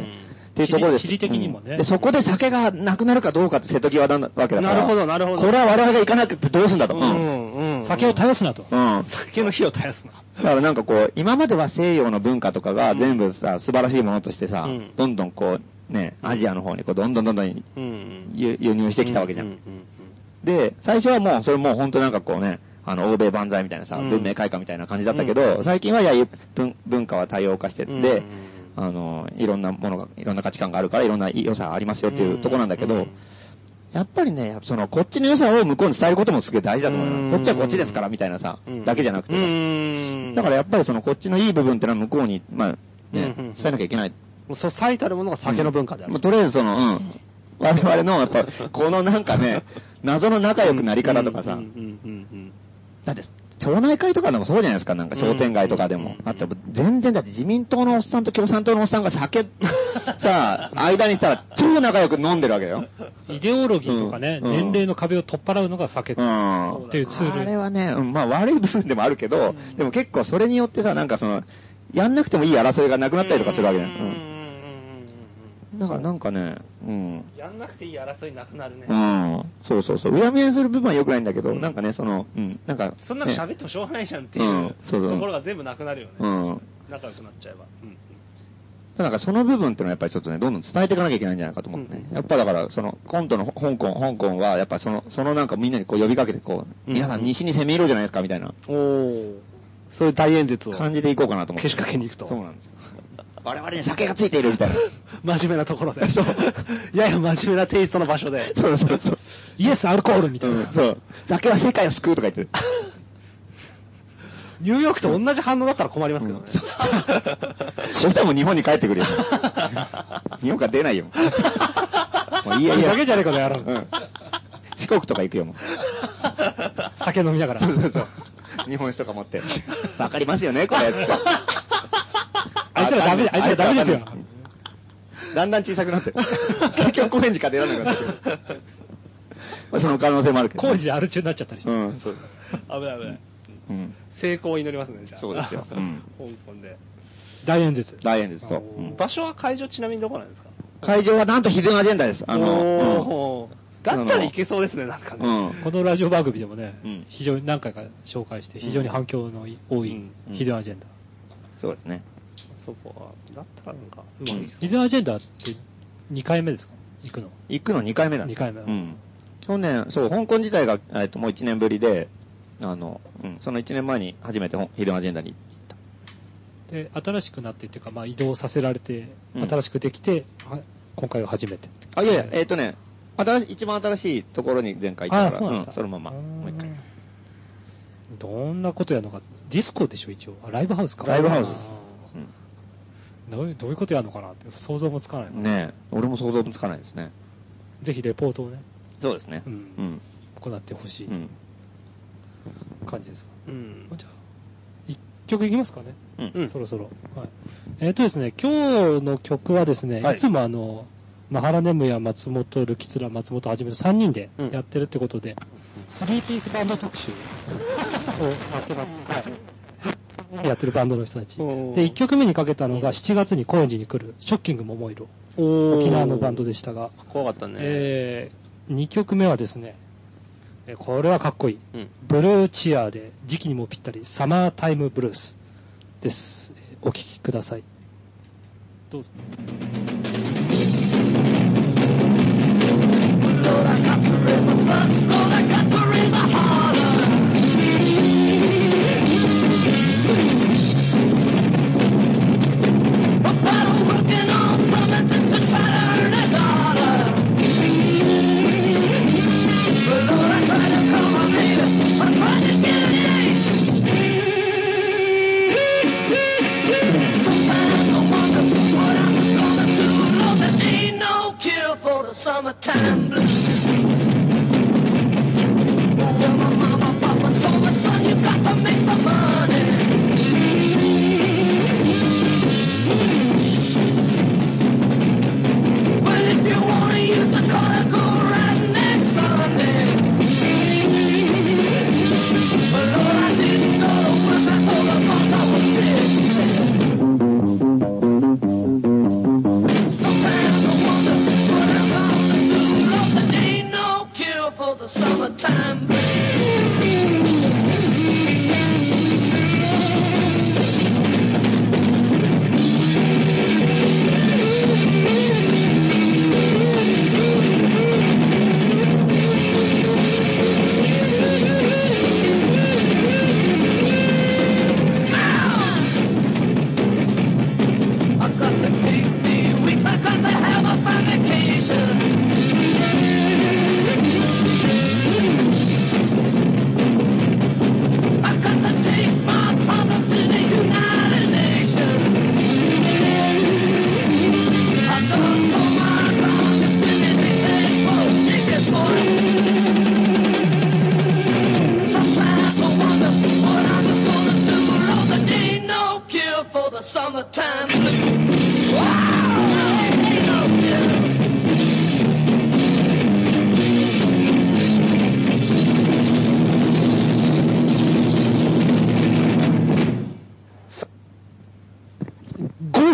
っていうところです。地理地理的にもねうんで、そこで酒がなくなるかどうかって瀬戸際なわけだかなら。るほどなるほどこれは我々が行かなくてどうすんだと。うんうんうん酒を絶やすなと。うん。酒の火を絶やすな。だからなんかこう、今までは西洋の文化とかが全部さ、素晴らしいものとしてさ、うんどんどんこう、ね、アジアの方にこう、どんどんどんどんうん。輸輸入してきたわけじゃん。うんうんで、最初はもう、それもう本当なんかこうね、あの、欧米万歳みたいなさ、うん文明開化みたいな感じだったけど、最近はいや文、文化は多様化してって、うんうんうんあの、いろんなものが、いろんな価値観があるから、いろんな良さありますよっていうところなんだけど、うんうんうんやっぱりね、その、こっちの良さを向こうに伝えることもすげえ大事だと思うよ、うんこっちはこっちですから、みたいなさ、うんだけじゃなくてさ、うんだからやっぱりその、こっちのいい部分ってのは向こうに、まあ、ね、うんうんうん伝えなきゃいけない。もうそう最たるものが酒の文化であうんもうる。とりあえずその、うん。我々の、や っぱ、このなんかね、謎の仲良くなり方とかさ、うんうんうんうんだって、町内会とかでもそうじゃないですか、なんか商店街とかでうんもうん。うんあと、全然だって自民党のおっさんと共産党のおっさんが酒、 さあ、間にしたら超仲良く飲んでるわけよ。イデオロギーとかね、うん年齢の壁を取っ払うのが酒ってうんいうツーあル。れはね、うんまあ悪い部分でもあるけど、でも結構それによってさ、なんかその、やんなくてもいい争いがなくなったりとかするわけね。うんうんうんうん。だからなんかね、うん。うん。やんなくていい争いなくなるねう。ん。そうそうそう。うやむやにする部分は良くないんだけど、なんかね、その、うん。なんか、そんなの喋ねってもしょうがないじゃんってういうんそうそうところが全部なくなるよね。うん。仲良くなっちゃえば。うんなんかその部分っていうのはやっぱりちょっとね、どんどん伝えていかなきゃいけないんじゃないかと思ってね。うんやっぱだから、その、今度の香港、香港は、やっぱその、そのなんかみんなにこう呼びかけて、こう、うん皆さん西に攻め入ろうじゃないですか、みたいなおお。そういう大演説を。感じでいこうかなと思って。けしかけに行くとそうなんですよ。我々に酒がついている、みたいな。 真面目なところ で。やや真面目なテイストの場所で。そう そうそう。イエスアルコールみたいな。うんそう。酒は世界を救うとか言ってる。ニューヨークと同じ反応だったら困りますけ どね。そしたらもう日本に帰ってくるよ。日本から出ないよ。もういいやいいや。だけじゃねえかとやろううん四国とか行くよ、もう。酒飲みながら。そうそうそう。日本酒とか持って。わかりますよね、これ。あいつらダメだあいつらダメですよあいつらダメだんだん小さくなって。結局高円寺から出られなくなってくる。まあその可能性もあるけど。工事でアル中になっちゃったりして。うん、そう。危ない危ない。うん。成功を祈りますね、じゃあ。そうですようん香港で。大演説。大変です、そう。うん場所は会場ちなみにどこなんですか会場はなんとヒデンアジェンダです。あの、おーだったらいけそうですね、なんかうね。ん。うんこのラジオ番組でもね、うん非常に何回か紹介して、非常に反響の多ういんうんヒデアジェンダ。そうですね。そこは。だったらなんか、ううんまいヒデアジェンダって2回目ですか行くの。行くの2回目なん二回目うん。去年、そう、香港自体が、えっと、もう1年ぶりで、あの、うん、その1年前に初めてほヒデンアジェンダに行った。で、新しくなってっていうか、まあ移動させられて、うん新しくできて、は今回が初めて。あ、いやいや、えっ、とね、新しい、一番新しいところに前回行あっあ、たそかうら、なんだ。そのまま、あーもう一回。。どんなことやるのか、ディスコでしょ、一応。あライブハウスか。ライブハウスあーどういうどういうことやるのかなって、想像もつかない、うん。ねえ、俺も想像もつかないですね。ぜひレポートをね、そうですね。ううんん。行ってほしういん。感じですか。うん。じゃあ、一曲いきますかね。ううん。んそろそろ。はい。えっ、とですね、今日の曲はですね、はいい、つもあの、マハラネムや松本、ルキツラ、松本はじめの3人でやってるってことで、スリーピースバンド特集をやってます。はい。やってるバンドの人たち。で、おー1曲目にかけたのが7月に高円寺に来る、ショッキング桃色。おー沖縄のバンドでしたが、怖かったね。えー、2曲目はですね、えーこれはかっこいい。うんブルーチアーで時期にもぴったり、サマータイムブルースです。えーお聴きください。どうぞ。 Sometimes I wonder what I'm gonna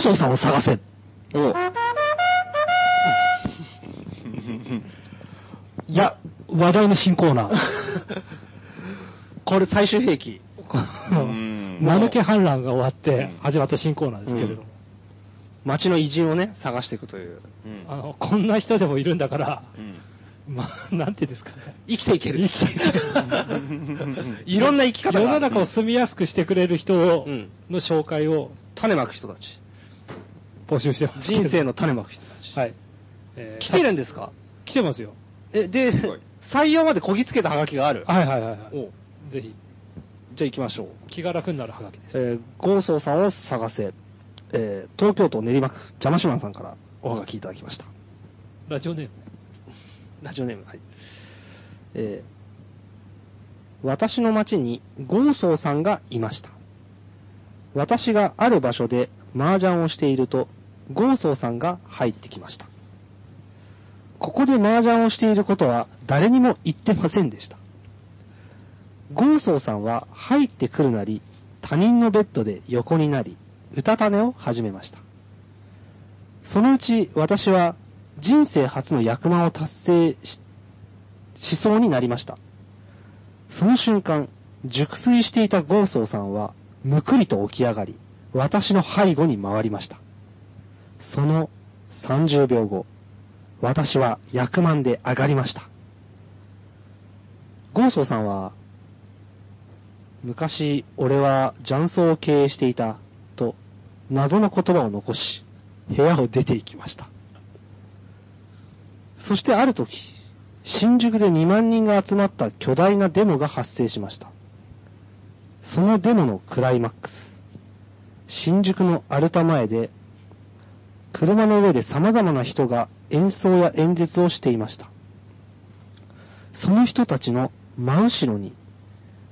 章さんを探せ。おいや、話題の新コー ナー。これ最終兵器。うん間抜け反乱が終わってうん始まった新コーナーですけれども、町の偉人をね、探していくという。うんあのこんな人でもいるんだから、うんまあ、なんていうんですかね。生きていける。生きていける いろんな生き方があ世るの中を住みやすくしてくれる人を、うんの紹介を種まく人たち。募集してます。人生の種まく人たち。はい。えー来てるんですか来てますよ。え、で、採用までこぎつけたハガキがある。はいはいはい、はい。おうぜひ、じゃあ行きましょう。気が楽になるハガキです。えー、ゴンソウさんを探せ。えー、東京都練馬区、邪魔しまんさんからおハガキいただきました。ラジオネーム。ラジオネーム、はい。えー私の町にゴーソーさんがいました。私がある場所で麻雀をしていると、ゴーソーさんが入ってきました。ここで麻雀をしていることは誰にも言ってませんでした。ゴーソーさんは入ってくるなり、他人のベッドで横になり、うたた寝を始めました。そのうち私は人生初の役満を達成ししそうになりました。その瞬間、熟睡していたゴーソーさんは、むくりと起き上がり、私の背後に回りました。その30秒後、私は役満で上がりました。ゴーソーさんは、昔俺は雀荘を経営していた、と謎の言葉を残し、部屋を出て行きました。そしてある時、新宿で2万人が集まった巨大なデモが発生しました。そのデモのクライマックス。新宿のアルタ前で、車の上で様々な人が演奏や演説をしていました。その人たちの真後ろに、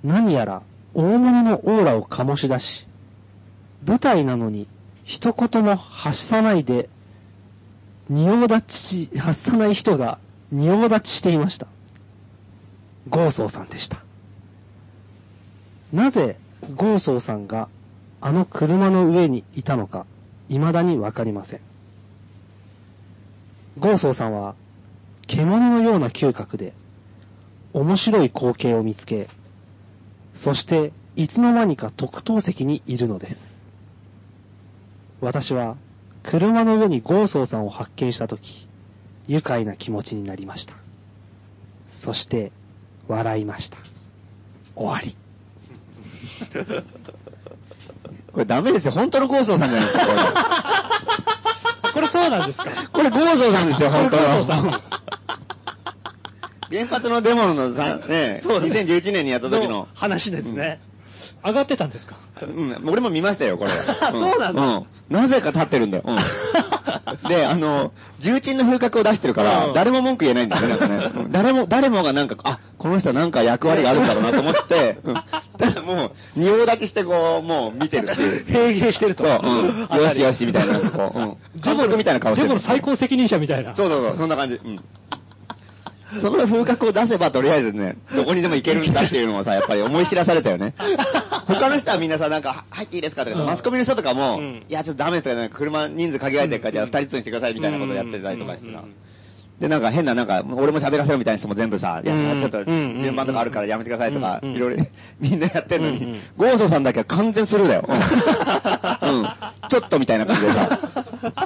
何やら大物のオーラを醸し出し、舞台なのに一言も発さないで、仁王立ちし、発さない人が仁王立ちしていました。ゴーソーさんでした。なぜゴーソーさんがあの車の上にいたのか、未だにわかりません。ゴーソーさんは、獣のような嗅覚で、面白い光景を見つけ、そして、いつの間にか特等席にいるのです。私は、車の上にゴーソーさんを発見したとき、愉快な気持ちになりました。そして、笑いました。終わり。これダメですよ。本当のゴーソーさんじゃないです か。これそうなんですかこれ、これゴーソーさん ですよ、本当ゴーソーさんの。原発のデモのさ、ね、2011年にやった時の。話ですね。上がってたんですかうん、俺も見ましたよ、こ れ。そうなんだうん。なぜか立ってるんだよ。 うん。で、あの、重鎮の風格を出してるから、うん誰も文句言えないんだよね、なんかね。うん誰も、誰もがなんか、あ、この人なんか役割があるんだろうなと思って、うん。ただもう、仁王立ちしてこう、もう見てるって いう。平芸してると。そう、うん。よしよし、みたいな、こう、 うん。監督みたいな顔してでる。も最高責任者みたいな。そうそうそう、そんな感じ。うん。その風格を出せば、とりあえずね、どこにでも行けるんだっていうのを さ、やっぱり思い知らされたよね。他の人はみんなさ、なんか、入っていいですかとか、うんマスコミの人とかも、うんいや、ちょっとダメですよね、車人数限られてるから、じゃあ二人ずつにしてくださいみたいなことをやってたりとかしてうさんうんうん。で、なんか変な、なんか、俺も喋らせろみたいな人も全部さ、いや、うんちょっと順番とかあるからやめてくださいとか、うんいろい ろ、みんなやってんうのんうんに、ゴーソさんだけは完全スルーだよ。うん。 ちょっとみたいな感じでさ、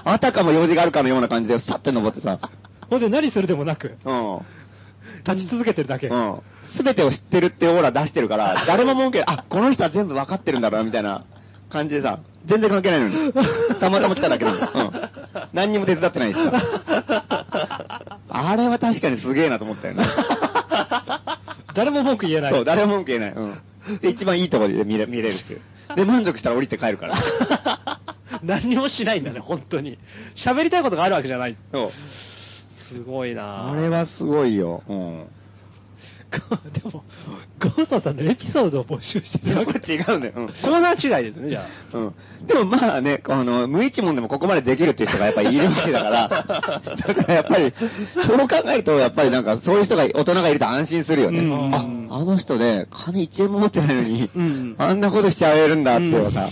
あたかも用事があるかのような感じで、さって登ってさ、ほんで何するでもなく、うん。立ち続けてるだけ。うん。すべてを知ってるってオーラ出して るから、誰も文句言う、あ、この人は全部分かってるんだろうな、みたいな感じでさ、全然関係ない のに。たまたま来ただけなんだ。うん。何にも手伝ってない しさ。あれは確かにすげえなと思ったよね。誰も文句言えない。そう、誰も文句言えない。うん。で、一番いいところで見 れ見れるっていう。で、満足したら降りて帰る から。 何もしないんだね、本当に。喋りたいことがあるわけじゃない。そう。すごいなあ れはすごいよ。うん。でも、ゴーソンさんのエピソードを募集しているやわこ けれ違うんだよ。うん。コーナー違いですね、じゃ あ。うん。でもまあね、あの、無一文でもここまでできるっていう人がやっぱりいるわけだから、 だからやっぱり、そう考えると、やっぱりなんか、そういう人が、大人がいると安心するよね。うんあ、あの人ね、金1円も持ってないのに、うんあんなことしちゃえるんだっていうさ、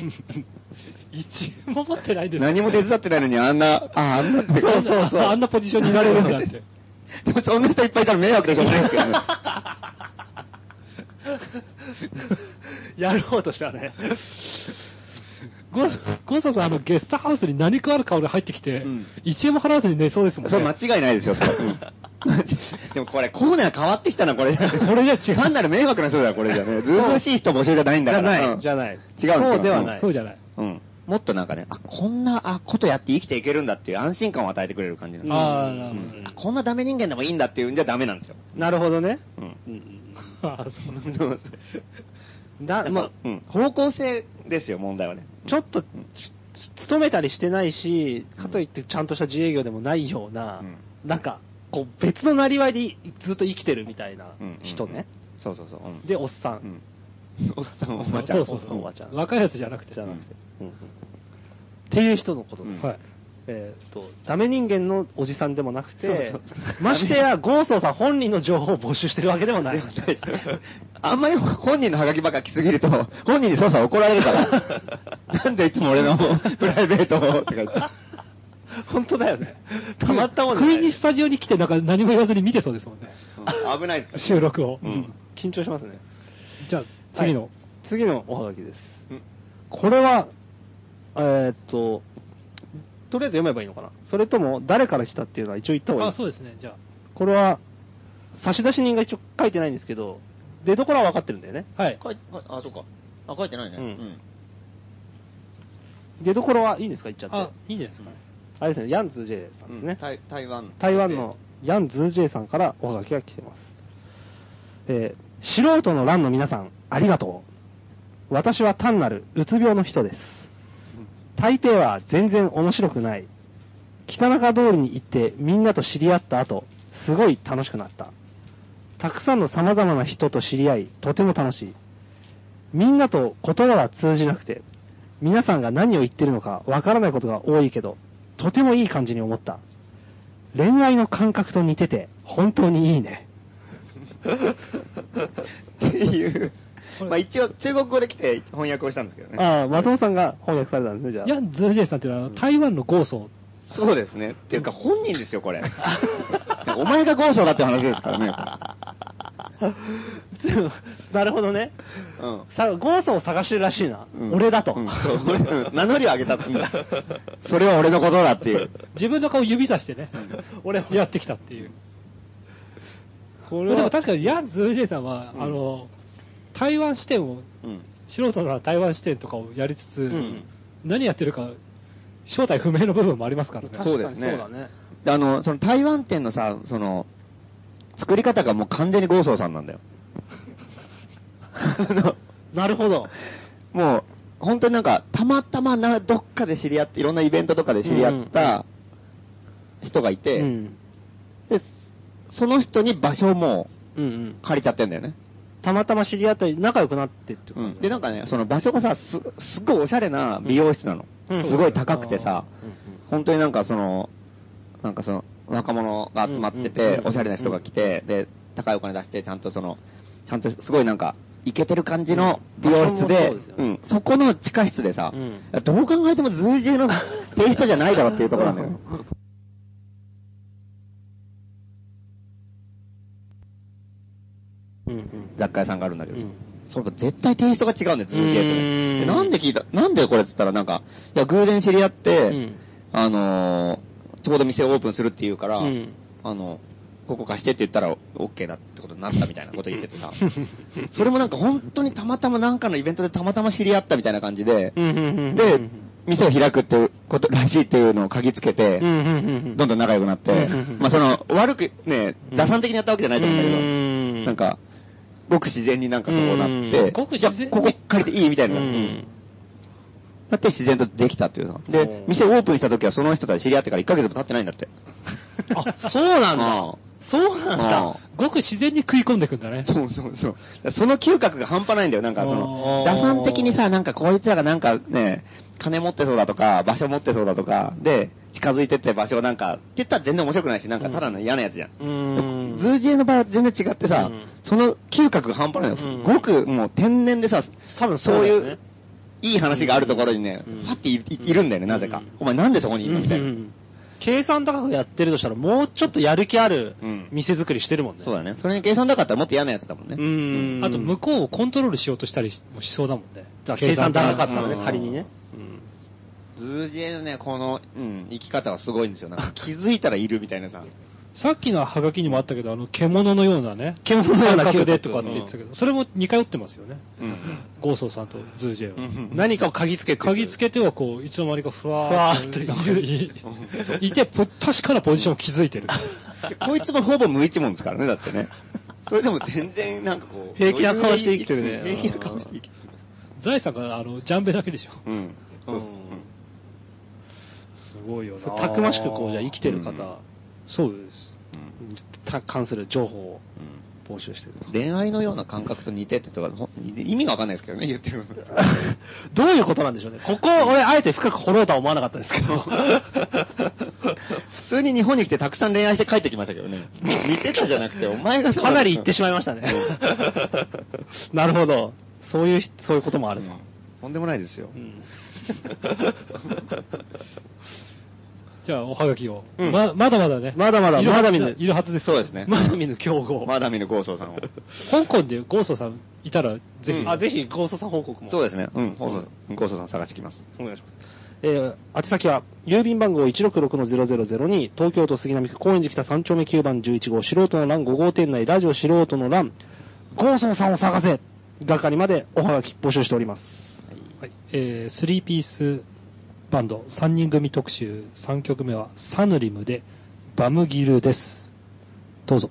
一円も持ってないですよ何も手伝ってないのにあんな、あ、 あんなって。そうそうそうあんなポジションになれるんだ って。でもそんな人いっぱいいたら迷惑でしょうがないですけどね。やろうとしたらね。ゴーゴーサさん、あの、ゲストハウスに何かある顔で入ってきてうん、一、円も払わずに寝そうですもんそね。れ間違いないですよ、それ。 でもこれ、コーナー変わってきたな、これ。これじゃ違う単なる迷惑な人だよ、これじゃね。ずうずうしい人募集じゃないんだから。うんじゃない。違うんですよそうではない。そうじゃない。 うん。もっとなんかね、あ、こんな、あ、ことやって生きていけるんだっていう安心感を与えてくれる感じなんですああ、なうるんあこんなダメ人間でもいいんだっていうんじゃダメなんですよ。なるほどね。うん。うんほど。ああ、そうなんだ。そうだ、まあ、うん。方向性ですよ、問題はね。ちょっと、つ勤めたりしてないし、かといってちゃんとした自営業でもないような、なんか、こう、別のなりわいでいずっと生きてるみたいなうん人ね。。うんそうそうそう。うんで、おっさん。うんおっさん、おばちゃん。そうそうそうおばちゃん若いやつじゃなくて。じゃなくて。うんっていう人のことです。うんはい。えーっと、ダメ人間のおじさんでもなくてそう、 ましてや、ゴーソーさん本人の情報を募集してるわけでもない。あんまり本人のハガキばっか来すぎると、本人に捜査怒られるから。 なんでいつも俺のプライベートを、とか言って。 本当だよね。たまったもんじゃ不な意いにスタジオに来て、なんか何も言わずに見てそうですもんね。うん危ないです収録を。うん緊張しますね。じゃあ、次の。はい次のおはがきです。うんこれは、えーっと、とりあえず読めばいいのかなそれとも、誰から来たっていうのは一応言った方がいいあ、そうですね。じゃあ。これは、差出人が一応書いてないんですけど、出所は分かってるんだよね。はい。書いあ、そうか。あ、書いてないね。うん出所はいいんですか言っちゃって。ああ、いいんじゃないですかね。れですね、ヤンズージェイさんですね。台台湾。台湾のヤンズージェイさんからおはがきが来てます。えー素人の乱の皆さん、ありがとう。私は単なるうつ病の人です。大抵は全然面白くない。北中通りに行ってみんなと知り合った後、すごい楽しくなった。たくさんの様々な人と知り合い、とても楽しい。みんなと言葉は通じなくて、皆さんが何を言ってるのかわからないことが多いけど、とてもいい感じに思った。恋愛の感覚と似てて、本当にいいね。っていう。まあ一応、中国語で来て翻訳をしたんですけどね。ああ、松本さんが翻訳されたんですね、じゃあ。ヤン・ズルジェイさんっていうのは、台湾のゴーソそうですね。っていうか、本人ですよ、これ。 お前が豪商だって話ですからね。 なるほどね。 うん。さ、ゴーソンを探してるらしいな。うん俺だと。うんそう俺うん名乗りを上げたんだ。それは俺のことだっていう。ー。自分の顔指さしてね、 俺やってきたっていう。こでれはも確かにヤン・ズルジェイさんは、あの、台湾視点を、うん。素人なら台湾視点とかをやりつつ、ん何やってるか、正体不明の部分もありますからね。そうですね確かにそうだね。であの、その台湾店のさ、その、作り方がもう完全に豪商さんなんだよ。 あの、なるほど。もう、本当になんか、たまたまな、どっかで知り合って、いろんなイベントとかで知り合った人がいて、うん。で、その人に場所をもうんうんう。借りちゃってんだよね。たまたま知り合ったり、仲良くなってってことうんで、なんかね、その場所がさ、す、すっごいおしゃれな美容室なの。うんすごい高くてさ、うんうん本当になんかその、なんかその、若者が集まってうんうんてう、んおしゃれな人が来て、で、高いお金出して、ちゃんとその、ちゃんとすごいなんか、イケてる感じの美容室で、うんうん、そこの地下室でさ、うどう考えても随従 のテイストじゃないだろっていうところなのよ。うんうん。雑貨屋さんがあるんだけどさ、うんそれも絶対テイストが違うんだよ、ズージうーんェイとね。でなんで聞いた、なんでこれっつったらなんか、いや、偶然知り合って、うんあのーちょうど店をオープンするっていうから、うんあの、ここ貸してって言ったら OK だってことになったみたいなこと言っててさ、 それもなんか本当にたまたまなんかのイベントでたまたま知り合ったみたいな感じで、うんうんうん。でうん、店を開くっていうことらしいっていうのを嗅ぎつけて、うんうんうん。どんどん仲良くなって、うんまあその、悪く、ね、打算的にやったわけじゃないと思うんだけど、うんなんか、ごく自然になんかそうなって、うんごく自然にいやここ借りていいみたいな。ううんん。だって自然とできたっていうの。うでん、店オープンした時はその人たち知り合ってから1ヶ月も経ってないんだって。あ、そうなんあだ あ。そうなんだ。ごく自然に食い込んでいくんだね。そうそうそう。だからその嗅覚が半端ないんだよ。なんかその、あ打ー算的にさ、なんかこいつらがなんかね、金持ってそうだとか、場所持ってそうだとか、で、近づいてって場所をなんか、って言ったら全然面白くないし、なんかただの嫌なやつじゃん。うーんズージエの場合は全然違ってさ、うんその嗅覚が半端ないの。うんごくもう天然でさ、多分そうでいすうねいい話があるところにね、うんパッていいいるんだよね、なぜか。お前なんでそこにいるのみたいな。計算高くやってるとしたら、もうちょっとやる気あるうん店作りしてるもんね。そうだね。それに計算なかったらもっと嫌なやつだもんね。うん。あと、向こうをコントロールしようとしたりもしそうだもんね。だから計算高かったのうね、ん仮にね。ズージエのね、この、うん、生き方はすごいんですよ。なんか気づいたらいるみたいなさ。さっきのハガキにもあったけど、あの、獣のようなね。獣のような嗅感覚覚でとかって言ってたけど、それも似通ってますよね。うん。ゴーソーさんとズージェは。何かを嗅ぎつけてく嗅るぎつけてはこう、いつの間にかふふわわーーっっとといるいる。いて、ぽ確かなポジションを築 いてる。でこいつもほぼ無一文ですからね、だってね。それでも全然なんかこう。平気な顔して生きてるね余裕で生き平気な顔して生きて財産が、あの、ジャンベだけでしょ。る。うん。そうそうすごいよそうな。たくましくこう、じゃあ生きてるうん方、そうです。うんた関する情報をうん募集してると。恋愛のような感覚と似てってとか、ほん意味がわかんないですけどね、言って ること。 どういうことなんでしょうね。ここ、俺、あえて深く掘ろうとは思わなかったですけ ど。普通に日本に来てたくさん恋愛して帰ってきましたけどね。似てたじゃなくて、お前がそうだかなり行ってしまいましたね。なるほど。そういうひ、そういうこともあうるんと。とんでもないですよ。うんじゃあ、おはがきを。うんま、まだまだね。まだまだいるはまだ見ぬいるはずです。そうですね。まだ見ぬ競合。まだ見ぬゴーソーさんを。香港でゴーソーさんいたら、ぜひ、あ、ぜひ、ゴーストさん報告も。そうですね。うん、ゴーソーさんゴーソーさん探してきます。お願いします。えー、宛先は、郵便番号166-0002、東京都杉並区高円寺北3丁目9番11号、素人の欄5号店内、ラジオ素人の欄、ゴーソンさんを探せ係までおはがき募集しております。はいえー、3ピースバンド3人組特集3曲目はサヌリムでバムギルですどうぞ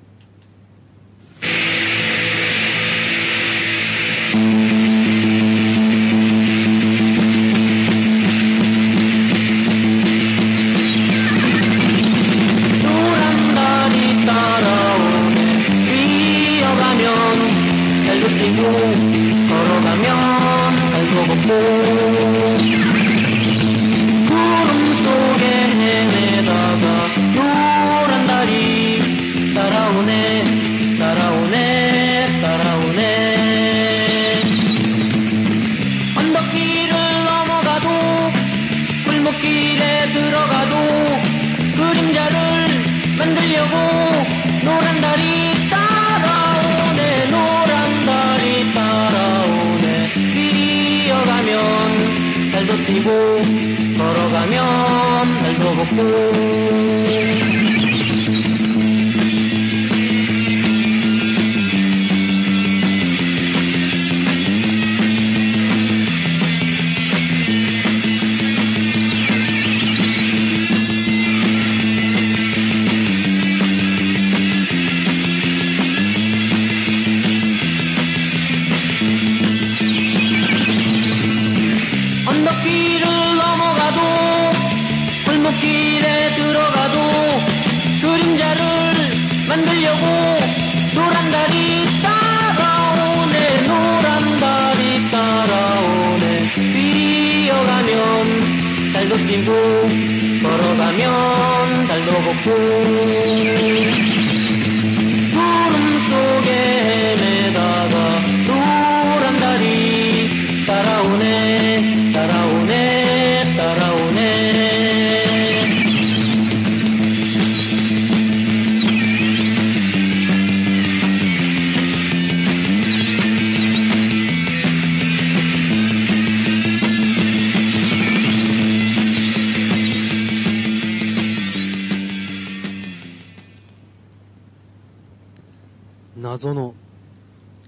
謎の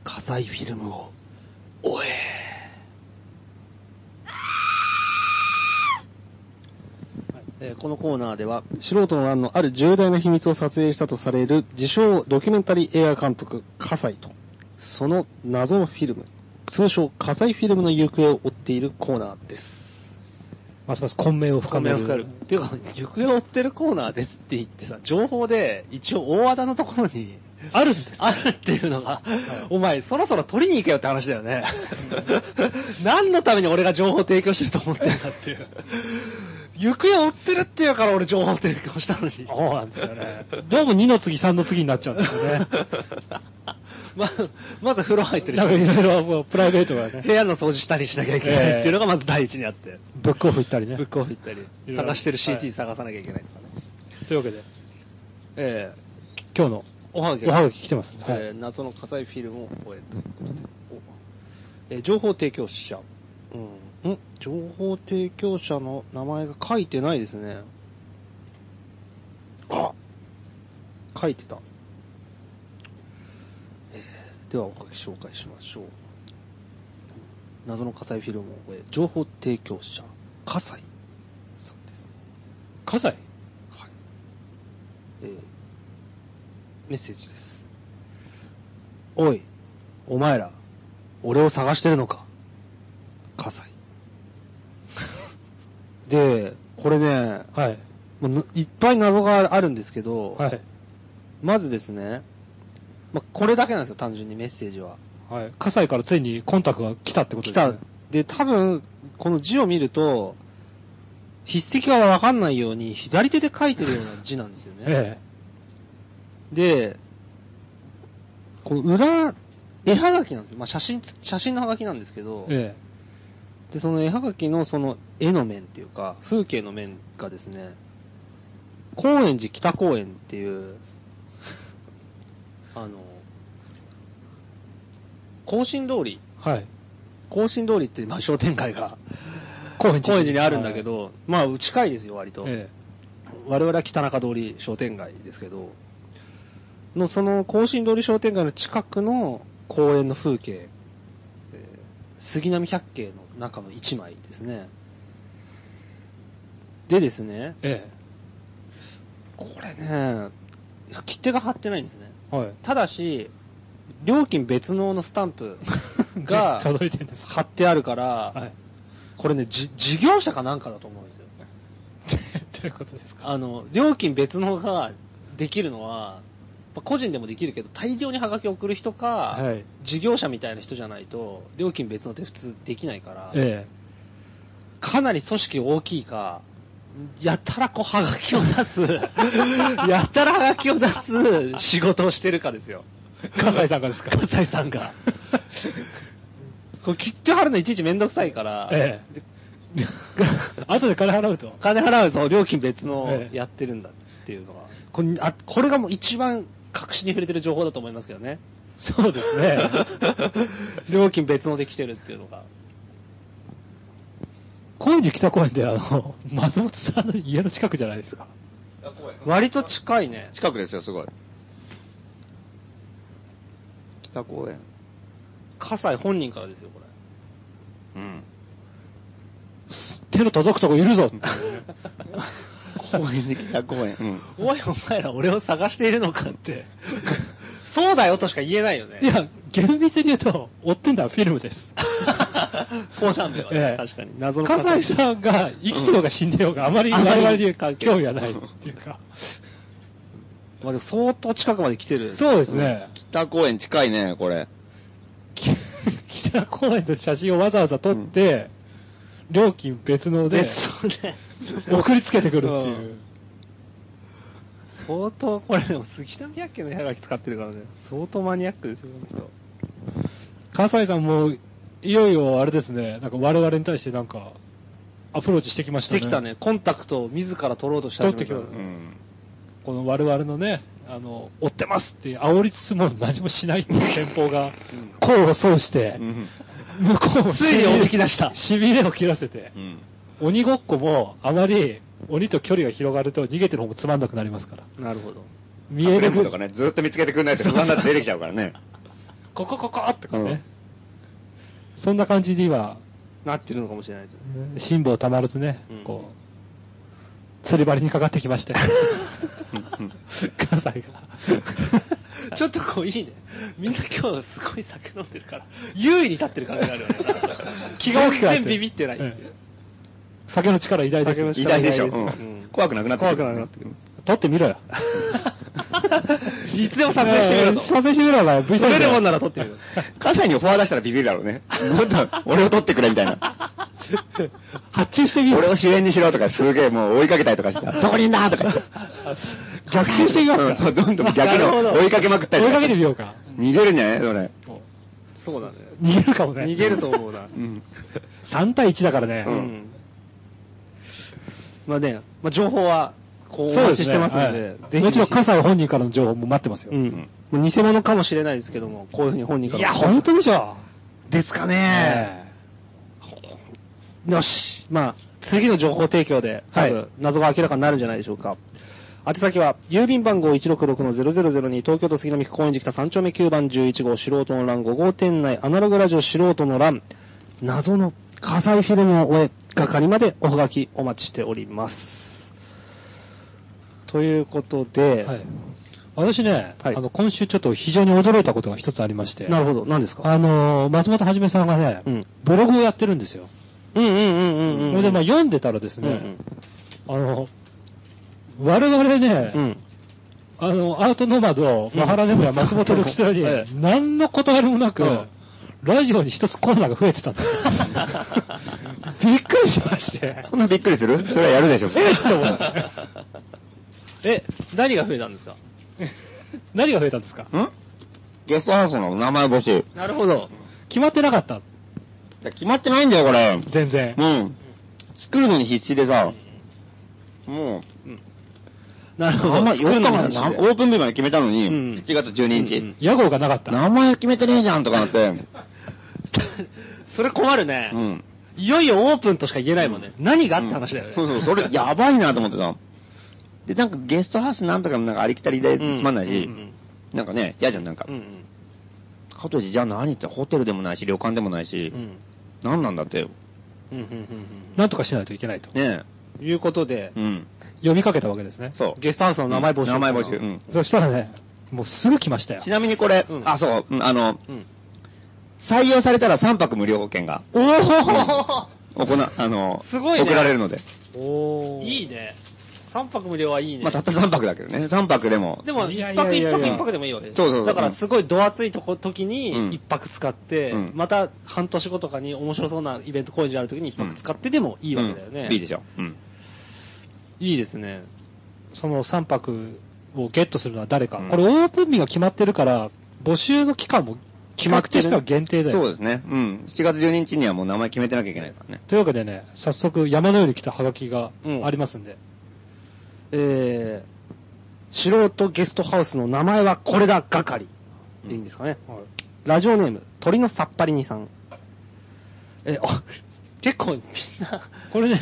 火災フィルムを、おええーこのコーナーでは、素人の欄のある重大な秘密を撮影したとされる、自称ドキュメンタリー映画監督、葛西と、その謎のフィルム、通称葛西フィルムの行方を追っているコーナーです。ますます混迷を深めるっていうか、行方を追ってるコーナーですって言ってさ、情報で一応大和田のところにあるんですかあるっていうのが、お前、そろそろ取りに行けよって話だよね。何のために俺が情報提供してると思ってんだっていう。行方を追ってるっていうから俺情報提供したのに。 そうなんですよねどうも2の次3の次になっちゃうんですよねま、まず風呂入ってるなんかいろいろもうプライベートが部ね、屋の掃除したりしなきゃいけないっていうのがまず第一にあって、ブックオフ行ったりねブッ。クオフ行ったり、いろいろ探してるはい CT 探さなきゃいけないとかね。というわけで、え今日のー、おはがきおはがき来てます。はえいー、謎の火災フィルムを終えということで、おえー情報提供者、うん、ん情報提供者の名前が書いてないですねあ書いてた、えーではおかけ紹介しましょう謎の火災フィルムを終え情報提供者火災さんです火災はい。えーメッセージです。おい、お前ら、俺を探してるのか火災。で、これね、はい。もうないっぱい謎があるんですけど、はい。まずですね、まあ、これだけなんですよ、単純にメッセージは。はい。火災からついにコンタクトが来たってこと来ですたね。。で、多分、この字を見ると、筆跡がわかんないように、左手で書いてるような字なんですよね。えで、この裏、絵はがきなんですよ。まあ、写真つ、写真のはがきなんですけどえ。、えで、その絵はがきのその絵の面っていうか、風景の面がですね、高円寺北公園っていう、 あの、更新通り、え。はい。更新通りって、まあ、商店街が、高円高円寺にあるんだけ、ど、まあ、近いですよ、割と。え我々は北中通り商店街ですけど、のその更新通り商店街の近くの公園の風景、えー杉並百景の中の一枚ですね。でですね、え。えこれね、切手が貼ってないんですね。え。はい。ただし、料金別ののスタンプ が届いてるんです貼ってあるから、はい。 これね、じ事業者かなんかだと思うんですよ。ということですか。あの、料金別のができるのは、まあ個人でもできるけど、大量にハガキを送る人か、はい。事業者みたいな人じゃないと、料金別のって普通できないから、えかなり組織大きいか、やたらこうハガキを 出す、やたらハガキを出す仕事をしてるかですよ。え。火災さんがですか。葛西さんが。こう切って貼るのいちいちめんどくさいから、ええ。 後で金払うと。金払うその料金別のええやってるんだっていうのが、これあこれがもう一番確信に触れてる情報だと思いますけどね。そうです ね。料金別ので来てるっていうのが。高円寺北公園で、あ の、松本さんの家の近くじゃないですか。割と近いね。近くですよ、すごい。北公園。葛西本人からですよ、これ。うん。手の届くとこいる ぞ。公園で北公園。うん。おい、お前ら俺を探しているのかって。 そうだよとしか言えないよね。いや、厳密に言うと、追ってんだフィルムです。 高段名はねえ、え確かに。謎の笠井さんが生きてようが死んでようが、あまり我々に興味はないっていうか。まあでも相当近くまで来てる。そうですね。北公園近いね、これ。き北公園の写真をわざわざ撮って、料金別ので別、荘で。。送りつけてくるっていううん相当、これでも杉並百景の絵がき使ってるからね。相当マニアックですよ、この人。笠井さんも、いよいよあれですね、なんか我々に対してなんか、アプローチしてきまししたね。てきたね。コンタクトを自ら取ろうとした取ってきますうん。この我々のね、あの、追ってますって煽りつつも何もしないって いう戦法が、功を奏して、うん。向こうもついにおびき出したしびれを切らせてう、ん。鬼ごっこもあまり鬼と距離が広がると逃げてる方もつまんなくなりますから。なるほど。見える隠れんぼとかね、ずっと見つけてくんないと不安だって出てきちゃうからね。こここことかね。そんな感じで今、なってるのかもしれないですね。辛抱たまらずね、うんこう、釣り針にかかってきましたよ。関西が。ちょっとこういいね。みんな今日すごい酒飲んでるから、優位に立ってる感じがあるよね。 気が大きくなって全然ビビってないっていうえ酒の力偉大ですよ。偉大でしょ。ううんん怖くなくなってくる怖くなくなってくる取ってみろよ。 いつでも撮影して みろとえー撮影してみろよ、V 取れるもんなら撮ってみろ。関西にフォア出したらビビるだろうね。もっと俺を取ってくれみたいな。発注してみろ。俺を主演にしろとか、すげえもう追いかけたりとかしてさ、どこにいんだとか言って。逆襲していきますか うんそうどんどん逆に追いかけまくったり追といかかけてみようか。逃げるんじゃないそれ。そうだね。逃げるかもね。逃げると思うなう。ん。 3対1だからね。ううんん。まあね、まあ情報は、こう、おそう待でちすしねてますので、はいぜひ。もちろん、笠井本人からの情報も待ってますよ。うん。もう偽物かもしれないですけども、こういうふうに本人かいら。や、本当でしょ。ですかね。よし。まあ、次の情報提供で、多分、はい謎が明らかになるんじゃないでしょうか。宛先は、郵便番号166-0002、東京都杉並区高円寺北3丁目9番11号、素人の欄5号店内、アナログラジオ素人の欄、謎の火災フィルムを終え、係までおはがきお待ちしております。ということで、はい。私ね、はいあの、今週ちょっと非常に驚いたことが一つありまして。なるほど、何ですかあのー、松本はじめさんがね、うんブログをやってるんですよ。うんうんうんうんうん。それで、まあ、読んでたらですうんうねん、あの、我々ね、うん。あの、アートノマド、うんマハラネムや松本六四郎にええ、何の断りもなくうん、ラジオに一つコーナーが増えてた んですよびっくりしまして。そんなびっくりするそれはやるでしょ。ええと思って。 え、何が増えたんですか何が増えたんですかんゲストハウスの名前募集。なるほど。決まってなかった。決まってないんだよ、これ。全然。うん。作るのに必死でさ、もう、なるほど。あんま、4日まで、作なるオのにープン日まで決めたのに、うん7月12日、うん屋号がなかった。名前決めてねえじゃんとかなって、それ困るねう。ん。いよいよオープンとしか言えないもんね。何があって話だよね。そうそう、それ、やばいなと思ってさ。で、なんかゲストハウスなんとかもなんかありきたりでつうんまんないし、うんなんかね、嫌じゃん、なんか。うんうんかといって、じゃあ何って、ホテルでもないし、旅館でもないしう、ん何なんだって、うんうんうんなんとかしないといけないと。ねうんいうことでえ、、うん。呼びかけたわけですね。そう。ゲストハウスの名前募集。名前募集。うん。そしたらね、もうすぐ来ましたよち。なみにこれ、うんあ、そう、うんあの、うん。採用されたら3泊無料保険が、おー行な、あの、すごいね送られるので。おいいね。3泊無料はいいね。まあ、たった3泊だけどね。3泊でも、でも、い一やいや泊い一やいや泊一泊でもいいわけでしょそうそうそうだから、すごいど厚いとこ、時うんに一泊使って、うんまた半年後とかに面白そうなイベント工事ある時に一泊使ってでもいいわけだよね。うんいいでししょ。うん。ょ。いいですね。その3泊をゲットするのは誰か。うんこれオープン日が決まってるから、募集の期間も決まってる人は限定だよ。そうですね。うん。7月12日にはもう名前決めてなきゃいけないからね。というわけでね、早速山のように来たハガキがありますんで。えー、素人ゲストハウスの名前はこれだ係でいいんですかね。ラジオネーム、鳥のさっぱりにさん。えーあ、 結構みんな、これね、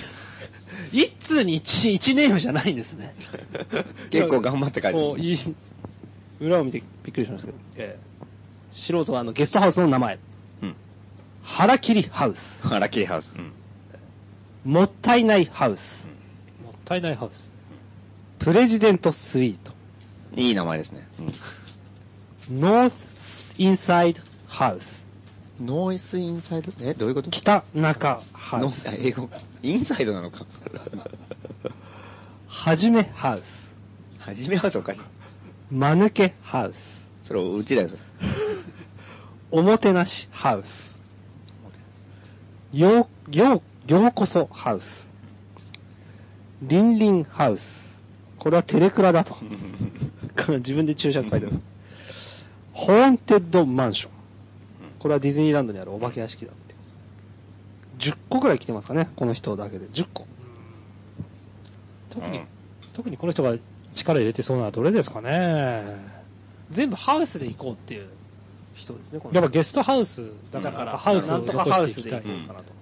一通に一、一ネームじゃないんですね。 結構頑張って書いてこうる。いい裏を見てびっくりしましたけど、えー素人はあのゲストハウスの名前、うん。 腹切りハウス、あラッキーハウス。うん。もったいないハウス、もったいないハウス。プレジデントスイート、いい名前ですね。うん。ノースインサイドハウス、ノイスインサイドえ、どういうこと北中ハウノス、あ 英語。インサイドなの か。はじめハウス、はじめはそうかしい。まぬけハウス、それ、うちだよ、それ。 おもてなしハウス、よう、よう、ようこそハウス、りんりんハウス、これはテレクラだと。 から自分で注釈書いてある。ホーンテッドマンション。これはディズニーランドにあるお化け屋敷だって。10個くらい来てますかね、この人だけで。10個。 特うにん、特にこの人が力入れてそうなのはどれですかね。全部ハウスで行こうっていう人ですね、この人やっぱゲストハウスだだか、からら、ハウスなをんとか残ハしてウいスきでた行いこ。うかなと。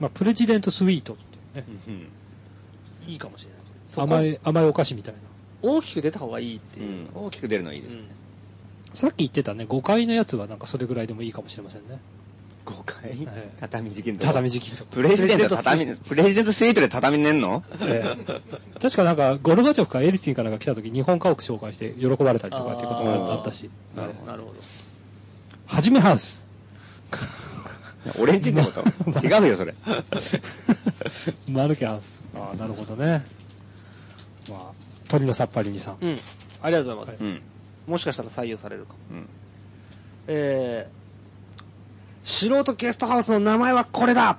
まあ、プレジデントスイートっていうね。いいかもしれないですね。そこ甘い、甘いお菓子みたいな。大きく出た方がいいってう。。いうん大きく出るのいいですね。さっき言ってたね、5階のやつはなんかそれぐらいでもいいかもしれませんね。誤解はい畳事件とか。畳敷きとか。プレジデント畳、プレジデントスイートで畳寝んのええ 確かなんか、ゴルバチョフかエリツィンかなんか来た時、日本家屋紹介して喜ばれたりとかっていうことがあったし。あーはなるいほなるほど。はじめハウス。 俺んちってことま 違うよ、それ。マルケハウス。ああ、なるほどね。まあ、鳥のさっぱりにさん。うん。ありがとうございまうす。ん。もしかしたら採用されるかも。うん。えー、素人ゲストハウスの名前はこれだ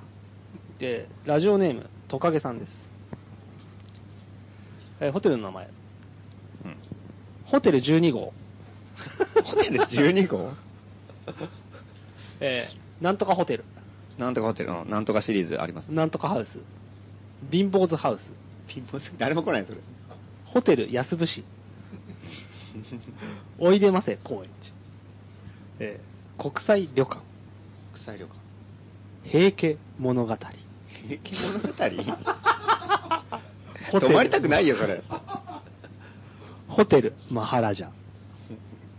で、ラジオネーム、トカゲさんです。えーホテルの名前、ホテル12号。ホテル12号 えー、なんとかホテル。なんとかホテルの、なんとかシリーズあります。なんとかハウス。貧乏ズハウス。ピンポン誰も来ない、それ。ホテル安 伏市。おいでませ高円寺。えー、国際旅館。国際旅館。平家物語。平家物語 泊まりたくないよ、それ。ホテルマハラジャ。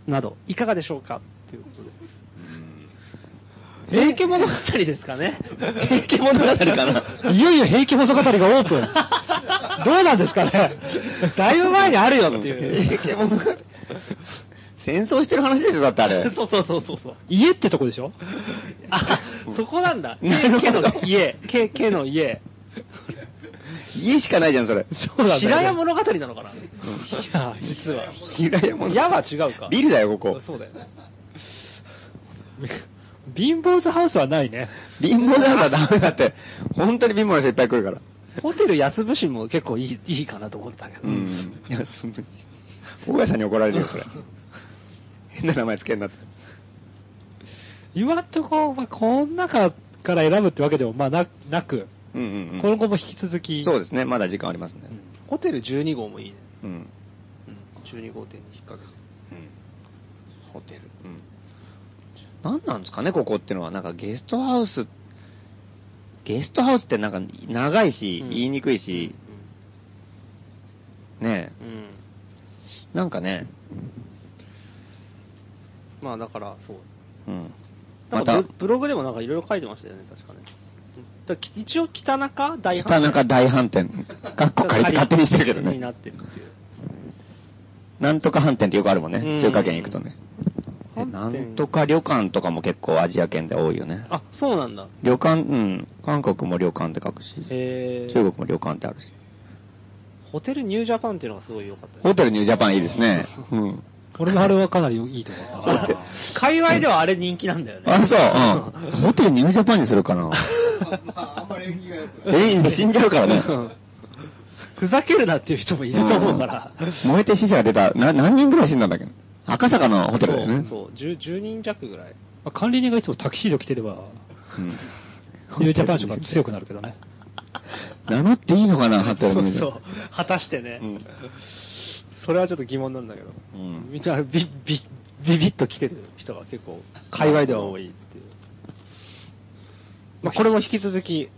など、いかがでしょうかということで。平家物語ですかね。平家物語かな。いよいよ平家物語がオープン。どうなんですか ね。だいぶ前にあるよっていう。平家物語。戦争してる話でしょ、だってあれ。 そうそうそうそうそう。家ってとこでしょあ、そこなんだ。家の家、家家 の家。家しかないじゃん、それ。そうなんだ、ね。平屋物語なのかな。いや、実は。平屋物語。屋は違うか。ビルだよ、ここ。そうだよね。貧乏ズハウスはないね。貧乏ズハウスはダメだって。本当に貧乏な人いっぱい来るから。ホテル安伏も結構いい、いいかなと思ったけど。うん。、安伏。大家さんに怒られるよ、それ。変な名前つけんなって。今んとこ、まあ、この中から選ぶってわけでも、まあ、な、なく。うんうん、うん、この後も引き続き。そうですね、まだ時間ありますね。うんホテル12号もいいね。うん。うん、12号店に引っ掛けて。うん。ホテル。うん。何なんですかね、ここっていうのは。なんかゲストハウス、ゲストハウスってなんか長いし、うん、言いにくいし、うん、ねえ、うん、なんかね。まあだから、そう。うん。またブログでもなんかいろいろ書いてましたよね、確かね。だか一応北中大飯店。北中大飯店。学校借りて勝手にしてるけどね。になってるっていう。なんとか飯店ってよくあるもんね、中華圏行くとね。なんとか旅館とかも結構アジア圏で多いよね。あ、そうなんだ。旅館、うん。韓国も旅館って書くし、えー、中国も旅館ってあるし。ホテルニュージャパンっていうのがすごい良か った、ね、ホテルニュージャパンいいですね。うん。俺もあれはかなりいいと思った。界隈ではあれ人気なんだよね。あ、そう。うん。ホテルニュージャパンにするかな。まあ、あんまり縁起が良くない。全員死んじゃうからね。ふざけるなっていう人もいると思うから。燃えて死者が出た。な、何人ぐらい死んだんだっけ赤坂のホテルだよね。そう、10人弱ぐらい。管理人がいつもタキシード着てれば、ニュージャパン賞が強くなるけどね。名乗っていいのかな、ホテルに。 そう、果たしてね。それはちょっと疑問なんだけど。みんなビビビビッと来てる人が結構、界隈では多いっていう。まあ、これも引き続き、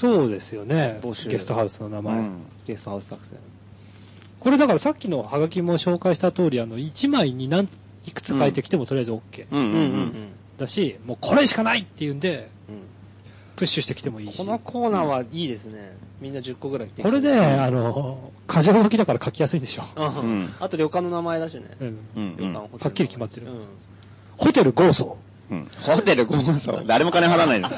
そうですよね。ゲストハウスの名前。ゲストハウス作戦。これだからさっきのハガキも紹介した通り、あの、1枚に何、いくつ書いてきてもとりあえず OK。うんうんうん。。だし、もうこれしかないっていうんで、プッシュしてきてもいいし。このコーナーはいいですね。みんな10個ぐらい来てこれで、あの、過剰書きだから書きやすいんでしょ。あと旅館の名前だしね。うん旅館はっきり決まってる。ホテル豪荘。ホテル豪荘。誰も金払わないの。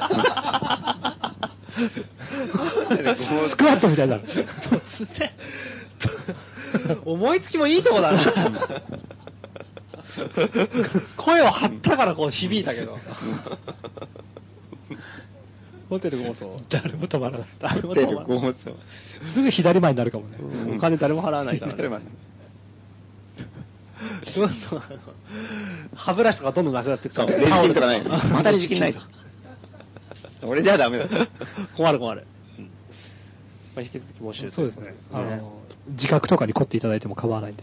スクワットみたいになる。突然。思いつきもいいとこだな。声を張ったからこう響いたけど。ホテル豪荘。誰も止まらない。誰も止まらない。すぐ左前になるかもね。お金誰も払わないから、ね。どんどんあの、歯ブラシとかどんどんなくなっていくから。レジ金 とかない。またレジ金ない。俺じゃダメだ。困る困る。まあ、引き続き募集そうですね。あの、自覚とかに凝っていただいても構わないんで。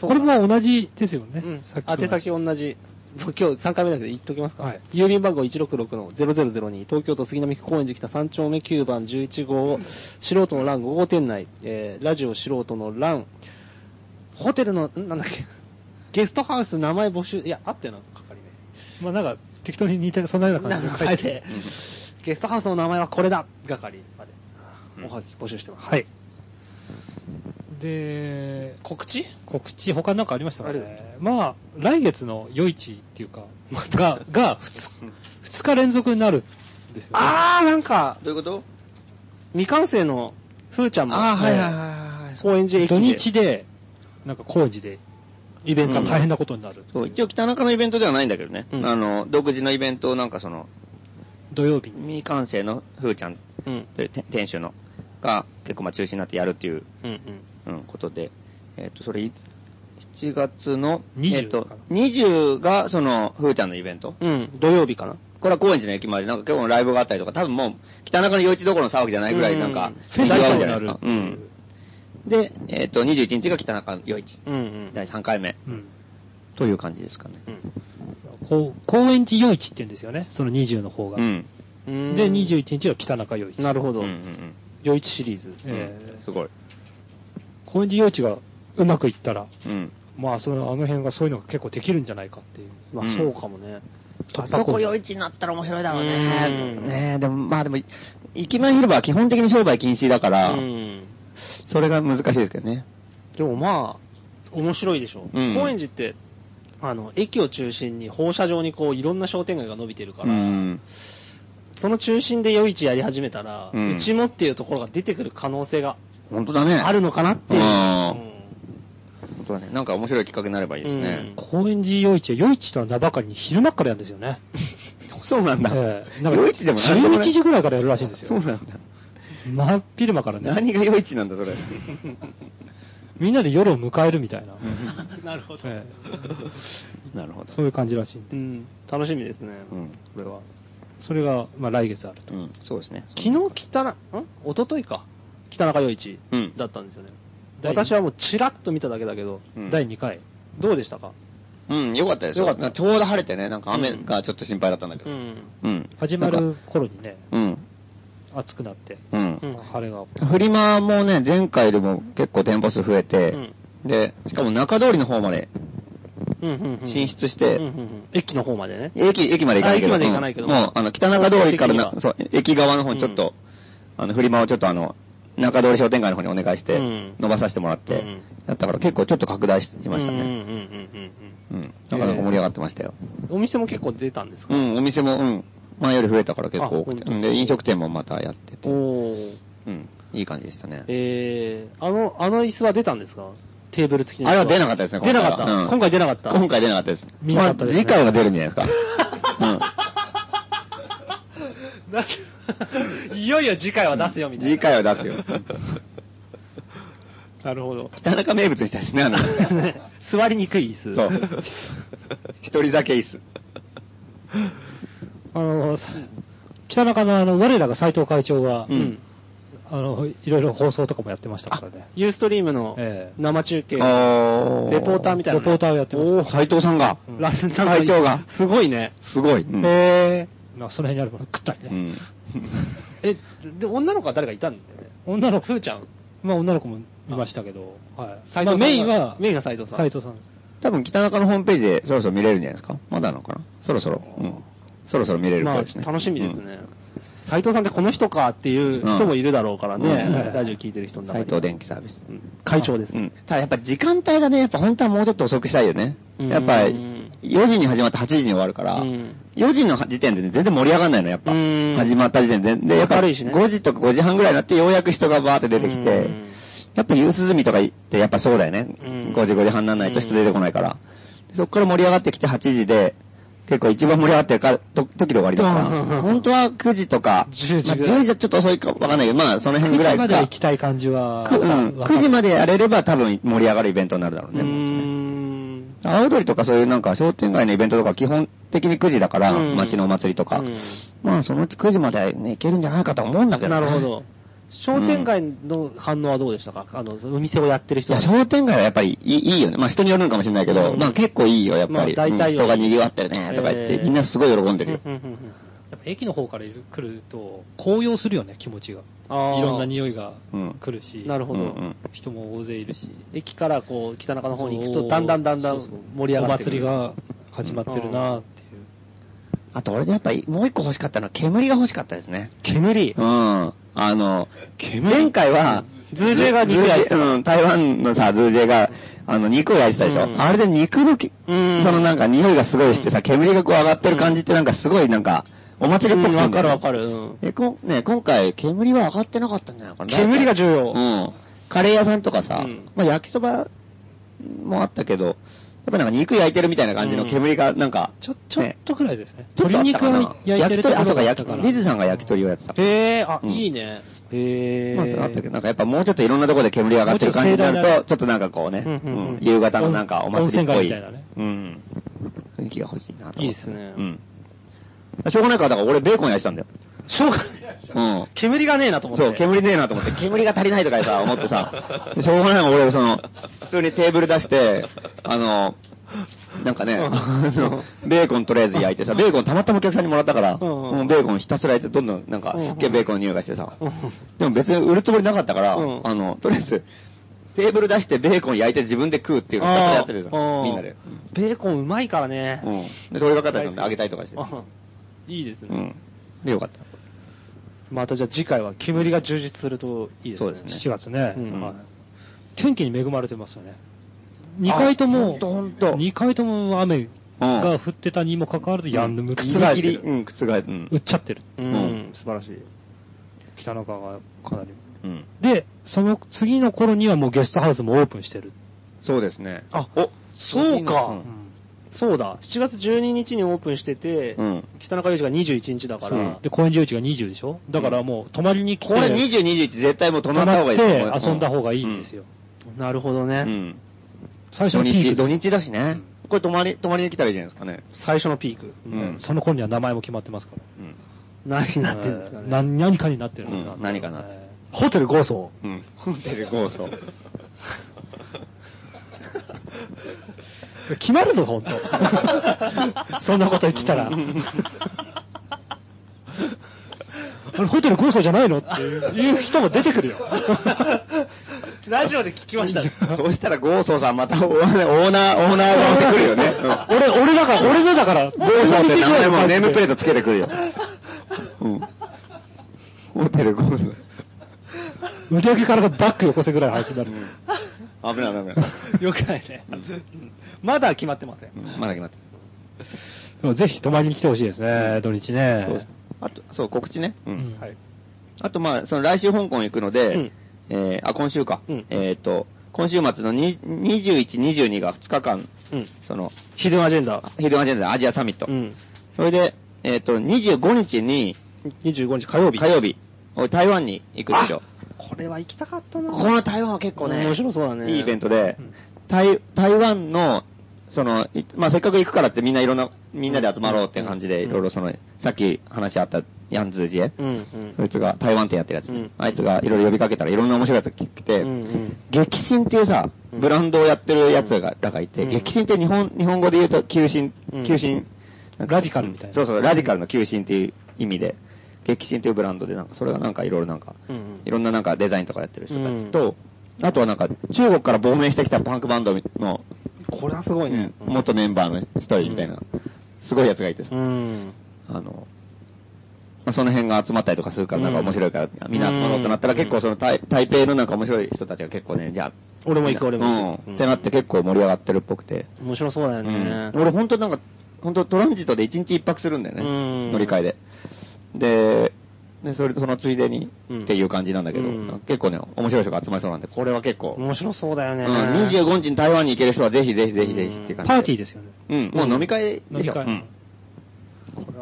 これも同じですよね。宛先同じ。今日3回目だけど言っときますか。はい、郵便番号166-0002、東京都杉並区公園寺北3丁目9番11号を、素人の欄5号店内、えー、ラジオ素人の欄、ホテルの、なんだっけ、ゲストハウス名前募集、いや、あってな、かかりね。まあなんか、適当に似て、そんなような感じで書いて、ゲストハウスの名前はこれだ係まで、おはぎ募集してます。はい。で、告知告知、他なんかありましたかね。あまあ、来月の夜市っていうか、が、が2、2日連続になるんですよ、ね。あー、なんか、どういうこと未完成のふーちゃんも、あー、はいはいはい。高円寺駅土日で、なんか高円寺で、イベントが大変なことになる、うん、一応北中のイベントではないんだけどね。うん、あの、独自のイベントをなんかその、土曜日未完成のふーちゃんという、うん、店主のが結構まあ中心になってやるっていう、うんうんうん、ことで、えっ、ー、と、それ、 7月の、 20えっとかな、 20が、その、ふーちゃんのイベント。うん、土曜日かな。これは高円寺の駅周り、なんか結構ライブがあったりとか、多分もう、北中の夜市どころの騒ぎじゃないぐらい、なんか、うんにぎわうんじゃないですか。フうェスん。で、えっと、21日が北中の夜市。うんうん。第3回目。うん。という感じですかね。うんこう高円寺夜市って言うんですよね、その20の方が。うん。うんで、21日は北中夜市。なるほうんどう。ん余一シリーズ。うん。えーすごい。高円寺夜市がうまくいったら、うん。まあ、その、あの辺がそういうのが結構できるんじゃないかっていう。まあうん、そうかもね。あそこ夜市になったら面白いだろううね。んねえ、でも、まあでも、駅前広場は基本的に商売禁止だから、うん。それが難しいですけどね。でもまあ、面白いでしょ。うん高円寺って、あの、駅を中心に放射状にこう、いろんな商店街が伸びてるかうら、ん。その中心で夜市やり始めたら、うんうちもっていうところが出てくる可能性が本当だね。あるのかなっていう。うんうん本当だね。なんか面白い企画になればいいですね。高円寺夜市は夜市とは名ばかりに昼間からやるんですよね。そうなんだ。ええなんか夜市でもなんでもない11時ぐらいからやるらしいんですよ。そうなんだ。真っ昼間からね。何が夜市なんだ、それ。みんなで夜を迎えるみたいな。なるほど。えなるほえど。そういう感じらしいんうで。ん。楽しみですね。うんこれは。それが、まあ来月あると。うん、そうですね。昨日北な、ん一昨日か。北中夜市うんだったんですよね。第私はもうチラッと見ただけだけど、うん第2回。どうでしたかうん、よかったですよ。よかったなんちょうど晴れてね、なんか雨がちょっと心配だったんだけうど。ん。うん。始まなんるか。頃にね、うん。暑くなって、うん。うん晴れが。フリマもね、前回よりも結構店舗数増えて、うんで、しかも中通りの方までうんうんうん進出して、うんうんうん駅の方までね。駅、駅まで行かないけど。あ駅まで行かないけどうんもう、あの、北中通りからな方向的にはそう、駅側の方にちょっと、あの、フリマをちょっとあの、中通り商店街の方にお願いして、うん伸ばさせてもらって、うんだったから結構ちょっと拡大しいましたうんうんね。うんうん、なかなか盛り上がってましたよ。うんうん。お店も結構出たんですかうん、お店も、うん、前より増えたから結構多くて。あ本当うんで、飲食店もまたやってて、おー。うん、いい感じでしたね。えー、あの、あの椅子は出たんですかテーブル付きのあれは出なかったですね、出なかった。うん今回出なかった。今回出なかったです。見なかったですねまあ次回は出るんじゃないですか。うんないよいよ次回は出すよ、みたいな。次回は 出すよ。なるほど。北中名物にしたしね、あ の。座りにくい椅子。そう。一人だけ椅子。あの、さ北中のあの、我らが斎藤会長が、うんあの、いろいろ放送とかもやってましたからね。ユーストリームのええ生中継、あレポーターみたいなのね。レポーターをやってましたおー斉藤さんが、ラス会長が。すごいね。すごい。うんへえ。まあ、その辺にあるもの食ったりうね。んえ、で、女の子は誰かいたんだよね。女の子、ふーちゃん。まあ、女の子もいましたけど、はい。斉藤さんがまあ、メインは、メインが斉藤さん斉藤さんです。多分北中のホームページでそろそろ見れるんじゃないですかまだなのかなそろそろ。うんそろそろ見れるまかあ、ですね。楽しみですね。斉藤さんってこの人かっていう人もいるだろうからね、うんラジオ聞いてる人うん。の中斉に。藤電機サービス。うん会長です。うん。ただやっぱ時間帯がね、やっぱ本当はもうちょっと遅くしたいよね。うんやっぱ4時に始まって8時に終わるから、うん4時の時点でね全然盛り上がんないの、やっぱ。うん始まった時点で。で、やっぱ明るいしね5時とか5時半ぐらいになってようやく人がバーって出てきうてん、やっぱ夕涼みとかってやっぱそうだよね。うん5時5時半にならないと人出てこないから。そっから盛り上がってきて8時で、結構一番盛り上がってるかと時で終わりだかうんら、本当は9時とか、 10時まあぐらい10時はちょっと遅いかわかんないけど、まあその辺ぐ9ら時いか。までは行きたい感じは、くうん、わかる9時までやれれば多分盛り上がるイベントになるだろううね。もうねん。阿波踊りとかそういうなんか商店街のイベントとか基本的に9時だから、うん街のお祭りとか。うんまあそのうち9時までね、行けるんじゃないかと思うんだけど、なるほど。。商店街の反応はどうでしたかあの、お店をやってるい人や、は。商店街はやっぱりいいいいよね。まあ人によるのかもしれないけど、うんまあ結構いいよ、やっまぱあり。大体うんよ人が賑わってるね、とか言って、えーみんなすごい喜んでるよ。うんうんうんうんやっぱ駅の方からいる来ると、高揚するよね、気持ちが。いあーろんな匂いがうん来るし、なるほど。うんうん人も大勢いるし、駅からこう、北中の方に行くそと、うだんだんだんだそうんそう盛り上がってお祭くりる。が始まってるなっていう。あと俺やっぱりもう一個欲しかったのは煙が欲しかったですね。煙う。ん。あの、前回は、ズージェが肉焼いてたズージェうん、台湾のさ、ズージェが、あの、肉を焼いてたでしょ。うんあれで肉のき、うんそのなんか匂いがすごいしてさ、煙がこう上がってる感じってなんかすごいなんか、お祭りっぽくうんわかるわかる。る。うんえ、こん、ね、今回煙は上がってなかったんじゃないかな。煙が重う要ん。カレー屋さんとかさ、うんまあ焼きそばもあったけど、っぱなんか肉焼いてるみたいな感じの煙が、なんか、ちょ、ちょっとくらいですね。ちょっと鶏あった肉かをな焼いてるとこ焼き鳥、あ、そうろか、だっ焼たきから。鳥、デズさんが焼き鳥をやってた。へえ、あ、うんいいね。へえ。まあ、そうあったけど、なんかやっぱもうちょっといろんなところで煙上がってる感じになると、ちょっとなんかこうね、うんうんうんうん夕方のなんかお祭りっぽ温温泉街い、みたいなねうん、雰囲気が欲しいなと思って。いいっすねうん。しょうがないから、だから俺ベーコン焼いてたんだよ。しょうがうん。煙がねえなと思って。そう、煙ねえなと思って、 煙が足りないとかさ、思って さ、しょうがないから俺、その、普通にテーブル出して、あの、なんかね、あのベーコンとりあえず焼いてさ、ベーコンたまたまお客さんにもらったから、うんうんもうベーコンひたすら焼いて、どんどんなんか、うんうんすっげえベーコンの匂いがしてさうん、でも別に売るつもりなかったから、うんあの、とりあえず、テーブル出してベーコン焼いて自分で食うっていうのをひたすらやってるじゃん、あーみんなで。。ベーコンうまいからね。うん。で、通りがかった人にあげたりとかして。あいいですうね。ん。で、よかった。またじゃあ次回は煙が充実するといいですそね。うですね7月ね、うんはい天気に恵まれてますよね。2回とあほんも、とほんと2回とも雨うん。が降ってたにもかかわらず、やんぬむギリギリ、うん、覆る。うん売っちゃってる。う、うん素晴らしい。北の川がかなり。うん。で、その次の頃にはもうゲストハウスもオープンしてる。そうですね。あおそうかううんんそうだ、7月12日にオープンしてて、うん北中裕二が21日だかうらん、で、公園11が20でしょだからもう泊まりに来て、これ20、21絶対もう泊まった方がいいと思うよ。って遊んだ方がいいんですよ。なるほどね、うん。うん最初土のピー日、ク土日だしね。これ泊まり、泊まりに来たらいいじゃないですかね。最初のピーク。ううんん。その頃には名前も決まってますから。うん。何になってるんですかね。な何かになってるのうん何かなってるホテルゴーソうん。ホテルゴーソ。決まるぞ、 本当そんなこと言ってたら。あれ、ホテルゴーソじゃないのっていう人も出てくるよ。ー。 ラジオで聞き ましたね。そうしたらゴーソさんまたオーナー、オーナーが押してくるよね。うん俺、俺だから、俺のだから、ゴーソって名前もネームプレートつけてくるよ。うん。ホテルゴーソ。売り上げからがバックよこせぐらいの話になる。危ない危ない危ない。よくないね。まだ決まってません。うんまだ決まってないでもぜひ泊まりに来てほしいですね、土日そうね。あと、そう、告知ね。う。うんんはい。あと、まあ、その来週香港行くので、うんえーあ、今週か。うんえっ、と、今週末のに21、22が2日間、うん。その、ヒデンアジェンダ。ヒデマジェンダアジアサミット。うん。それで、えっ、と、25日に、 25日火曜日。火曜日、俺台湾に行くんですよ。これは行きたかったな。この台湾は結構ね、面白そうだね。いいイベントで、うん台台湾の、その、いまあ、せっかく行くからってみんないろんな、みんなで集まろうって感じで、うんいろいろその、さっき話あった、ヤンズージエ。うんうんそいつが台湾店やってるやつ、うんあいつがいろいろ呼びかけたらいろんな面白いやつが来て、うんうん激震っていうさ、うんブランドをやってるやつが、らがいて、うん激震って日本、日本語で言うと、急進うん、急進、ラディカルみたいなそうそう、ラディカルの急進っていう意味で、激震っていうブランドで、なんか、それがなんかいろいろなんか、うんうんいろんななんかデザインとかやってる人たちと、あとはなんか、中国から亡命してきたパンクバンドの、これはすごいね。うん元メンバーの一人みたいな、すごいやつがいてさ、うん。あの、まあ、その辺が集まったりとかするから、なんか面白いから、みんな集まろうとなったら、うん結構その台台北のなんか面白い人たちが結構ね、じゃあ、俺も行く俺も行くうんうんってなって結構盛り上がってるっぽくて。面白そうだよね。うん俺本当なんか、本当トランジットで1日1泊するんだよね、うん乗り換えで。で、でそれそのついでに、うんっていう感じなんだけど、うん結構ね、面白い人が集まりそうなんで、これは結構、面白そうだよね。うん、25日に台湾に行ける人はぜひぜひぜひぜひって感じで。パーティーですよね。うん、もう飲み会飲でしみょ。会うん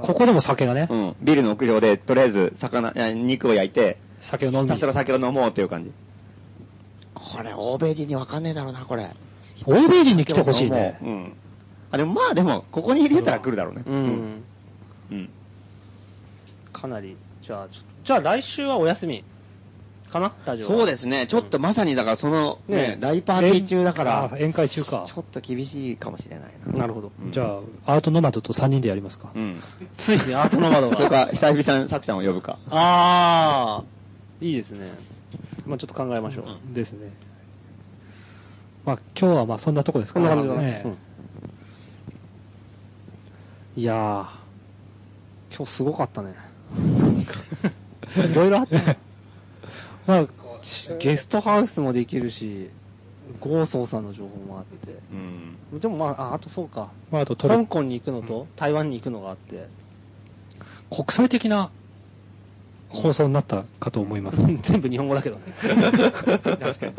ここでも酒がねう、ん、ビルの屋上で、とりあえず魚、いや肉を焼いて、酒を飲んでひたすら酒を飲もうっていう感じ。これ、欧米人にわかんねえだろうな、これ。欧米人に来てほしいねう。ん。あ、でもまあでも、ここに入れたら来るだろうね。うん。うん。かなり。じゃあ、ちょっとじゃあ来週はお休み。かなラジオは。そうですね、ちょっとまさにだから、その、ねね、大パーティー中だかあ、ら宴会中かち。ょっと厳しいかもしれないな。なるほど。うんじゃあ、アートノマドと3人でやりますかう。ん。ついにアートの窓 それか、が。久々にさくちゃんを呼ぶか。あー、いいですね。まあちょっと考えましょう。ですね。まあ、今日はまあそんなとこですこかんねな感じだねね。いやー、今日すごかった ね。いろいろあった ね。まあ、ゲストハウスもできるし、ゴーソーさんの情報もあって。うん。でもまあ、ああとそうか。まあ、あとトル香港 に行くのと、台湾に行くのがあって。国際的な放送になったかと思います。全部日本語だけどね。確かに。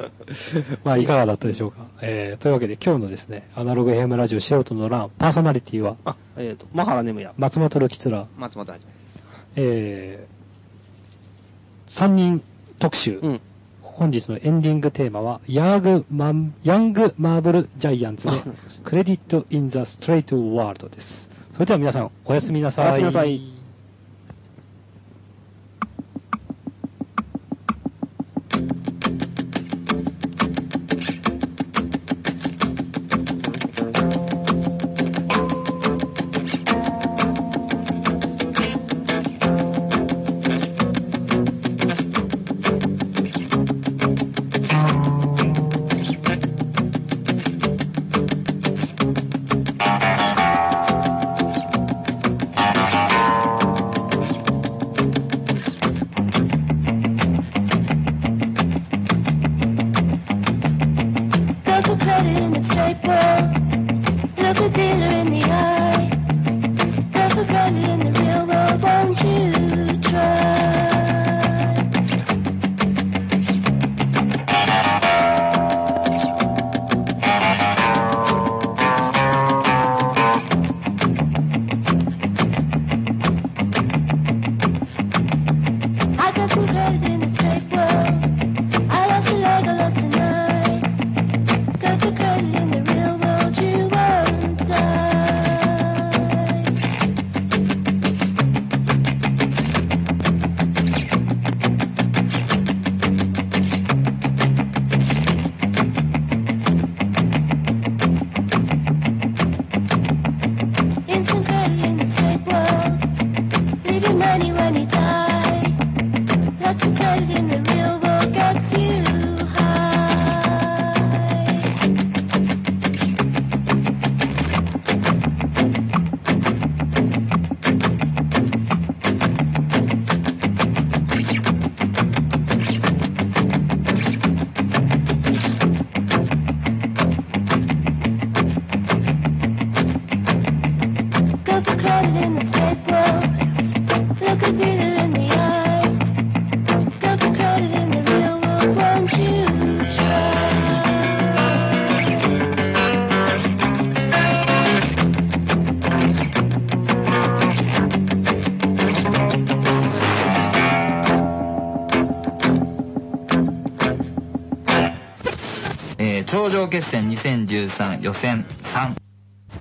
まあ、いかがだったでしょうか。えー、というわけで、今日のですね、アナログ FM ラジオ素人の欄、パーソナリティは、あ、えっ、と、マハラネムヤ、松本るきつら、松本はじめ。えー、3人特集。うん。本日のエンディングテーマは、ヤーグマンヤングマーブルジャイアンツ であ、クレディット・イン・ザ・ストレイト・ワールドです。それでは皆さん、おやすみなさい。おやすみなさい。 Local credit in the staple. Look a dealer in the eye. Local credit in the real world. Won't you try? I got some credit in the staple. I lost a leg, I lost an eye. Got the credit in the real world, you won't die. Instant credit in the straight world, leaving money when you die. Lots of credit in the real world gets you high. Got the credit in the straight world, look a dealer in the eye. Got the credit in the real world, won't you try? えー頂上決戦2013予選3